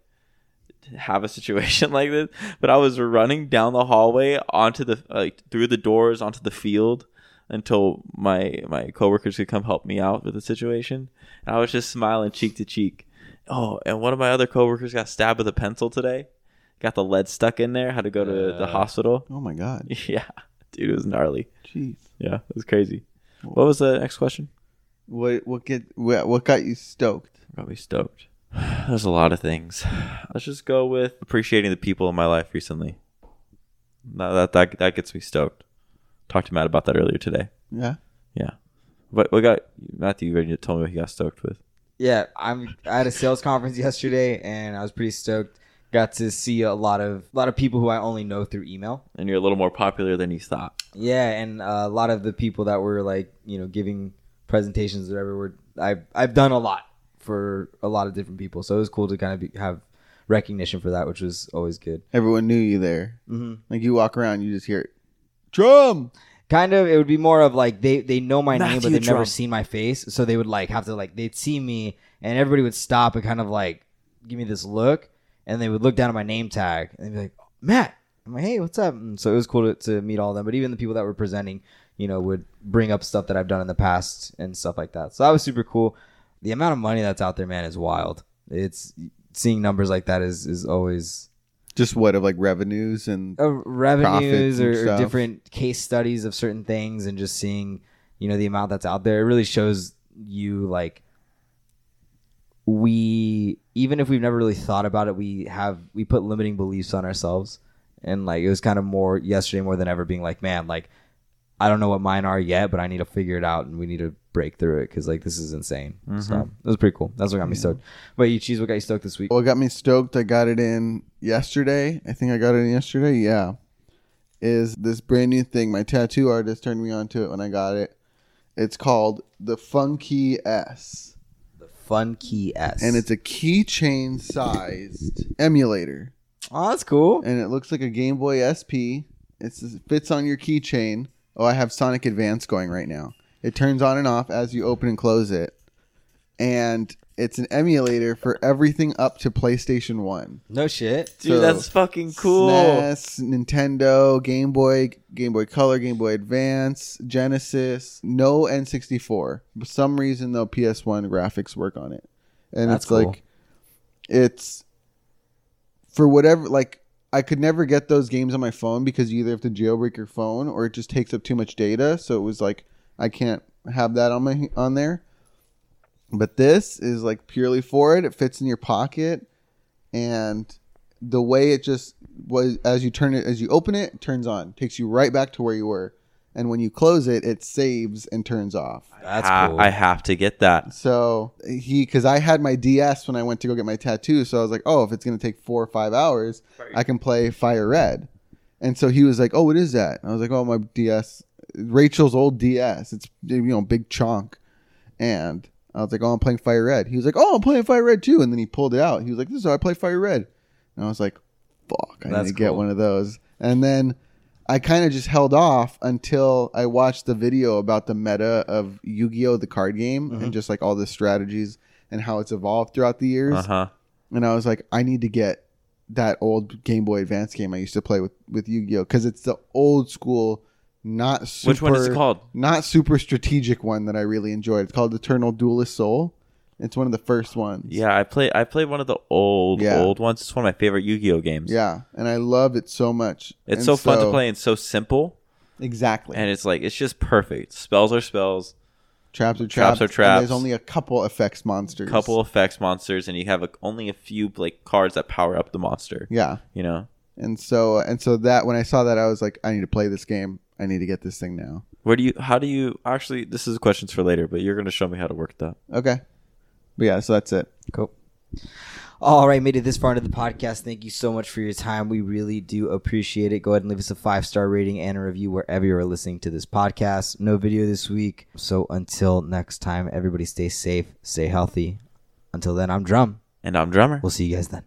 [SPEAKER 1] to have a situation [laughs] like this, but I was running down the hallway onto the like through the doors onto the field until my my coworkers could come help me out with the situation. And I was just smiling cheek to cheek. Oh, and one of my other coworkers got stabbed with a pencil today. Got the lead stuck in there. Had to go to the
[SPEAKER 5] Uh.
[SPEAKER 1] hospital. [laughs]
[SPEAKER 3] Oh my god.
[SPEAKER 1] Yeah, dude, it was gnarly.
[SPEAKER 3] Jeez.
[SPEAKER 1] Yeah, it was crazy. What was the next question?
[SPEAKER 3] What what get what, what got you stoked?
[SPEAKER 1] Probably stoked. [sighs] There's a lot of things. [sighs] Let's just go with appreciating the people in my life recently. Now that that that gets me stoked. Talked to Matt about that earlier today.
[SPEAKER 3] Yeah.
[SPEAKER 1] Yeah, but we got Matthew. You already told me what he got stoked with.
[SPEAKER 2] Yeah, I'm. I had a sales conference yesterday, and I was pretty stoked. Got to see a lot of a lot of people who I only know through email.
[SPEAKER 1] And you're a little more popular than you thought.
[SPEAKER 2] Yeah, and uh, a lot of the people that were like you know giving presentations or whatever. Were I've I've done a lot for a lot of different people, so it was cool to kind of be, have recognition for that, which was always good.
[SPEAKER 3] Everyone knew you there.
[SPEAKER 2] Mm-hmm.
[SPEAKER 3] Like you walk around, you just hear it. Drum.
[SPEAKER 2] Kind of, it would be more of like they they know my name, but
[SPEAKER 1] Matthew
[SPEAKER 2] they've never
[SPEAKER 1] Trump.
[SPEAKER 2] seen my face, so they would like have to like they'd see me, and everybody would stop and kind of like give me this look, and they would look down at my name tag and they'd be like, "Matt," I'm like, "Hey, what's up?" And so it was cool to, to meet all of them, but even the people that were presenting, you know, would bring up stuff that I've done in the past and stuff like that. So that was super cool. The amount of money that's out there, man, is wild. It's seeing numbers like that is is always
[SPEAKER 3] Just what of like revenues and
[SPEAKER 2] uh, revenues
[SPEAKER 3] Profits and
[SPEAKER 2] or, or
[SPEAKER 3] stuff.
[SPEAKER 2] different case studies of certain things and just seeing you know the amount that's out there it really shows you like we even if we've never really thought about it we have we put limiting beliefs on ourselves and like it was kind of more yesterday more than ever being like man like i don't know what mine are yet but i need to figure it out and we need to break through it because like this is insane
[SPEAKER 3] Mm-hmm.
[SPEAKER 2] so it was pretty cool that's what got me stoked but you cheese what got you stoked this week
[SPEAKER 3] What got me stoked, I got it in yesterday. I think I got it in yesterday. Yeah. Is this brand new thing. My tattoo artist turned me on to it when I got it. It's called the Funky S.
[SPEAKER 2] fun key s
[SPEAKER 3] And it's a keychain sized emulator.
[SPEAKER 2] oh that's cool
[SPEAKER 3] And it looks like a Game Boy SP. It's, it fits on your keychain. Oh, I have Sonic Advance going right now. It turns on and off as you open and close it. And it's an emulator for everything up to PlayStation 1.
[SPEAKER 2] no shit
[SPEAKER 1] Dude,
[SPEAKER 3] So,
[SPEAKER 1] that's fucking cool.
[SPEAKER 3] SNES, E Nintendo, Game Boy, Game Boy Color, Game Boy Advance, Genesis, no N64. For some reason though, PS1 graphics work on it, and
[SPEAKER 2] That's
[SPEAKER 3] it's
[SPEAKER 2] cool.
[SPEAKER 3] like it's for whatever. Like I could never get those games on my phone because you either have to jailbreak your phone or it just takes up too much data. So it was like I can't have that on my on there. But this is like purely for it. It fits in your pocket and the way it just was as you turn it as you open it, it turns on takes you right back to where you were and when you close it it saves and turns off
[SPEAKER 2] That's
[SPEAKER 1] Ha-
[SPEAKER 2] cool.
[SPEAKER 1] Ah, I have to get that.
[SPEAKER 3] so he because i had my ds when i went to go get my tattoo so i was like oh if it's going to take four or five hours i can play fire red and so he was like oh what is that and i was like oh my ds rachel's old ds it's you know big chonk and i was like oh i'm playing fire red he was like oh i'm playing fire red too and then he pulled it out he was like this is how i play fire red and i was like fuck i
[SPEAKER 2] That's
[SPEAKER 3] need to get
[SPEAKER 2] cool.
[SPEAKER 3] one of those and then I kind of just held off until I watched the video about the meta of Yu-Gi-Oh the card game
[SPEAKER 1] Mm-hmm.
[SPEAKER 3] and just like all the strategies and how it's evolved throughout the years.
[SPEAKER 1] Uh huh.
[SPEAKER 3] And I was like, I need to get that old Game Boy Advance game I used to play with with Yu-Gi-Oh because it's the old school, not super,
[SPEAKER 1] Which one is it called?
[SPEAKER 3] Not super strategic one that I really enjoyed. It's called Eternal Duelist Soul. It's one of the first ones.
[SPEAKER 1] Yeah, I play. I played one of the old
[SPEAKER 3] Yeah.
[SPEAKER 1] old ones. It's one of my favorite Yu-Gi-Oh games.
[SPEAKER 3] yeah, and I love it so much.
[SPEAKER 1] it's
[SPEAKER 3] And
[SPEAKER 1] so fun to play and so simple.
[SPEAKER 3] Exactly.
[SPEAKER 1] And it's like it's just perfect. Spells are spells.
[SPEAKER 3] Traps are traps.
[SPEAKER 1] Traps are
[SPEAKER 3] and
[SPEAKER 1] traps.
[SPEAKER 3] There's only a couple effects monsters.
[SPEAKER 1] couple effects monsters and you have a, only a few like cards that power up the monster
[SPEAKER 3] Yeah,
[SPEAKER 1] you know
[SPEAKER 3] and so and so that when I saw that, I was like, I need to play this game. I need to get this thing now.
[SPEAKER 1] where do you how do you actually this is questions for later but you're going to show me how to work that
[SPEAKER 3] Okay, but yeah, so that's it.
[SPEAKER 2] Cool. All right, made it this far into the podcast. Thank you so much for your time. We really do appreciate it. Go ahead and leave us a five star rating and a review wherever you are listening to this podcast. No video this week. So until next time, everybody stay safe, stay healthy. Until then, I'm Drum.
[SPEAKER 1] and i'm drummer
[SPEAKER 2] We'll see you guys then.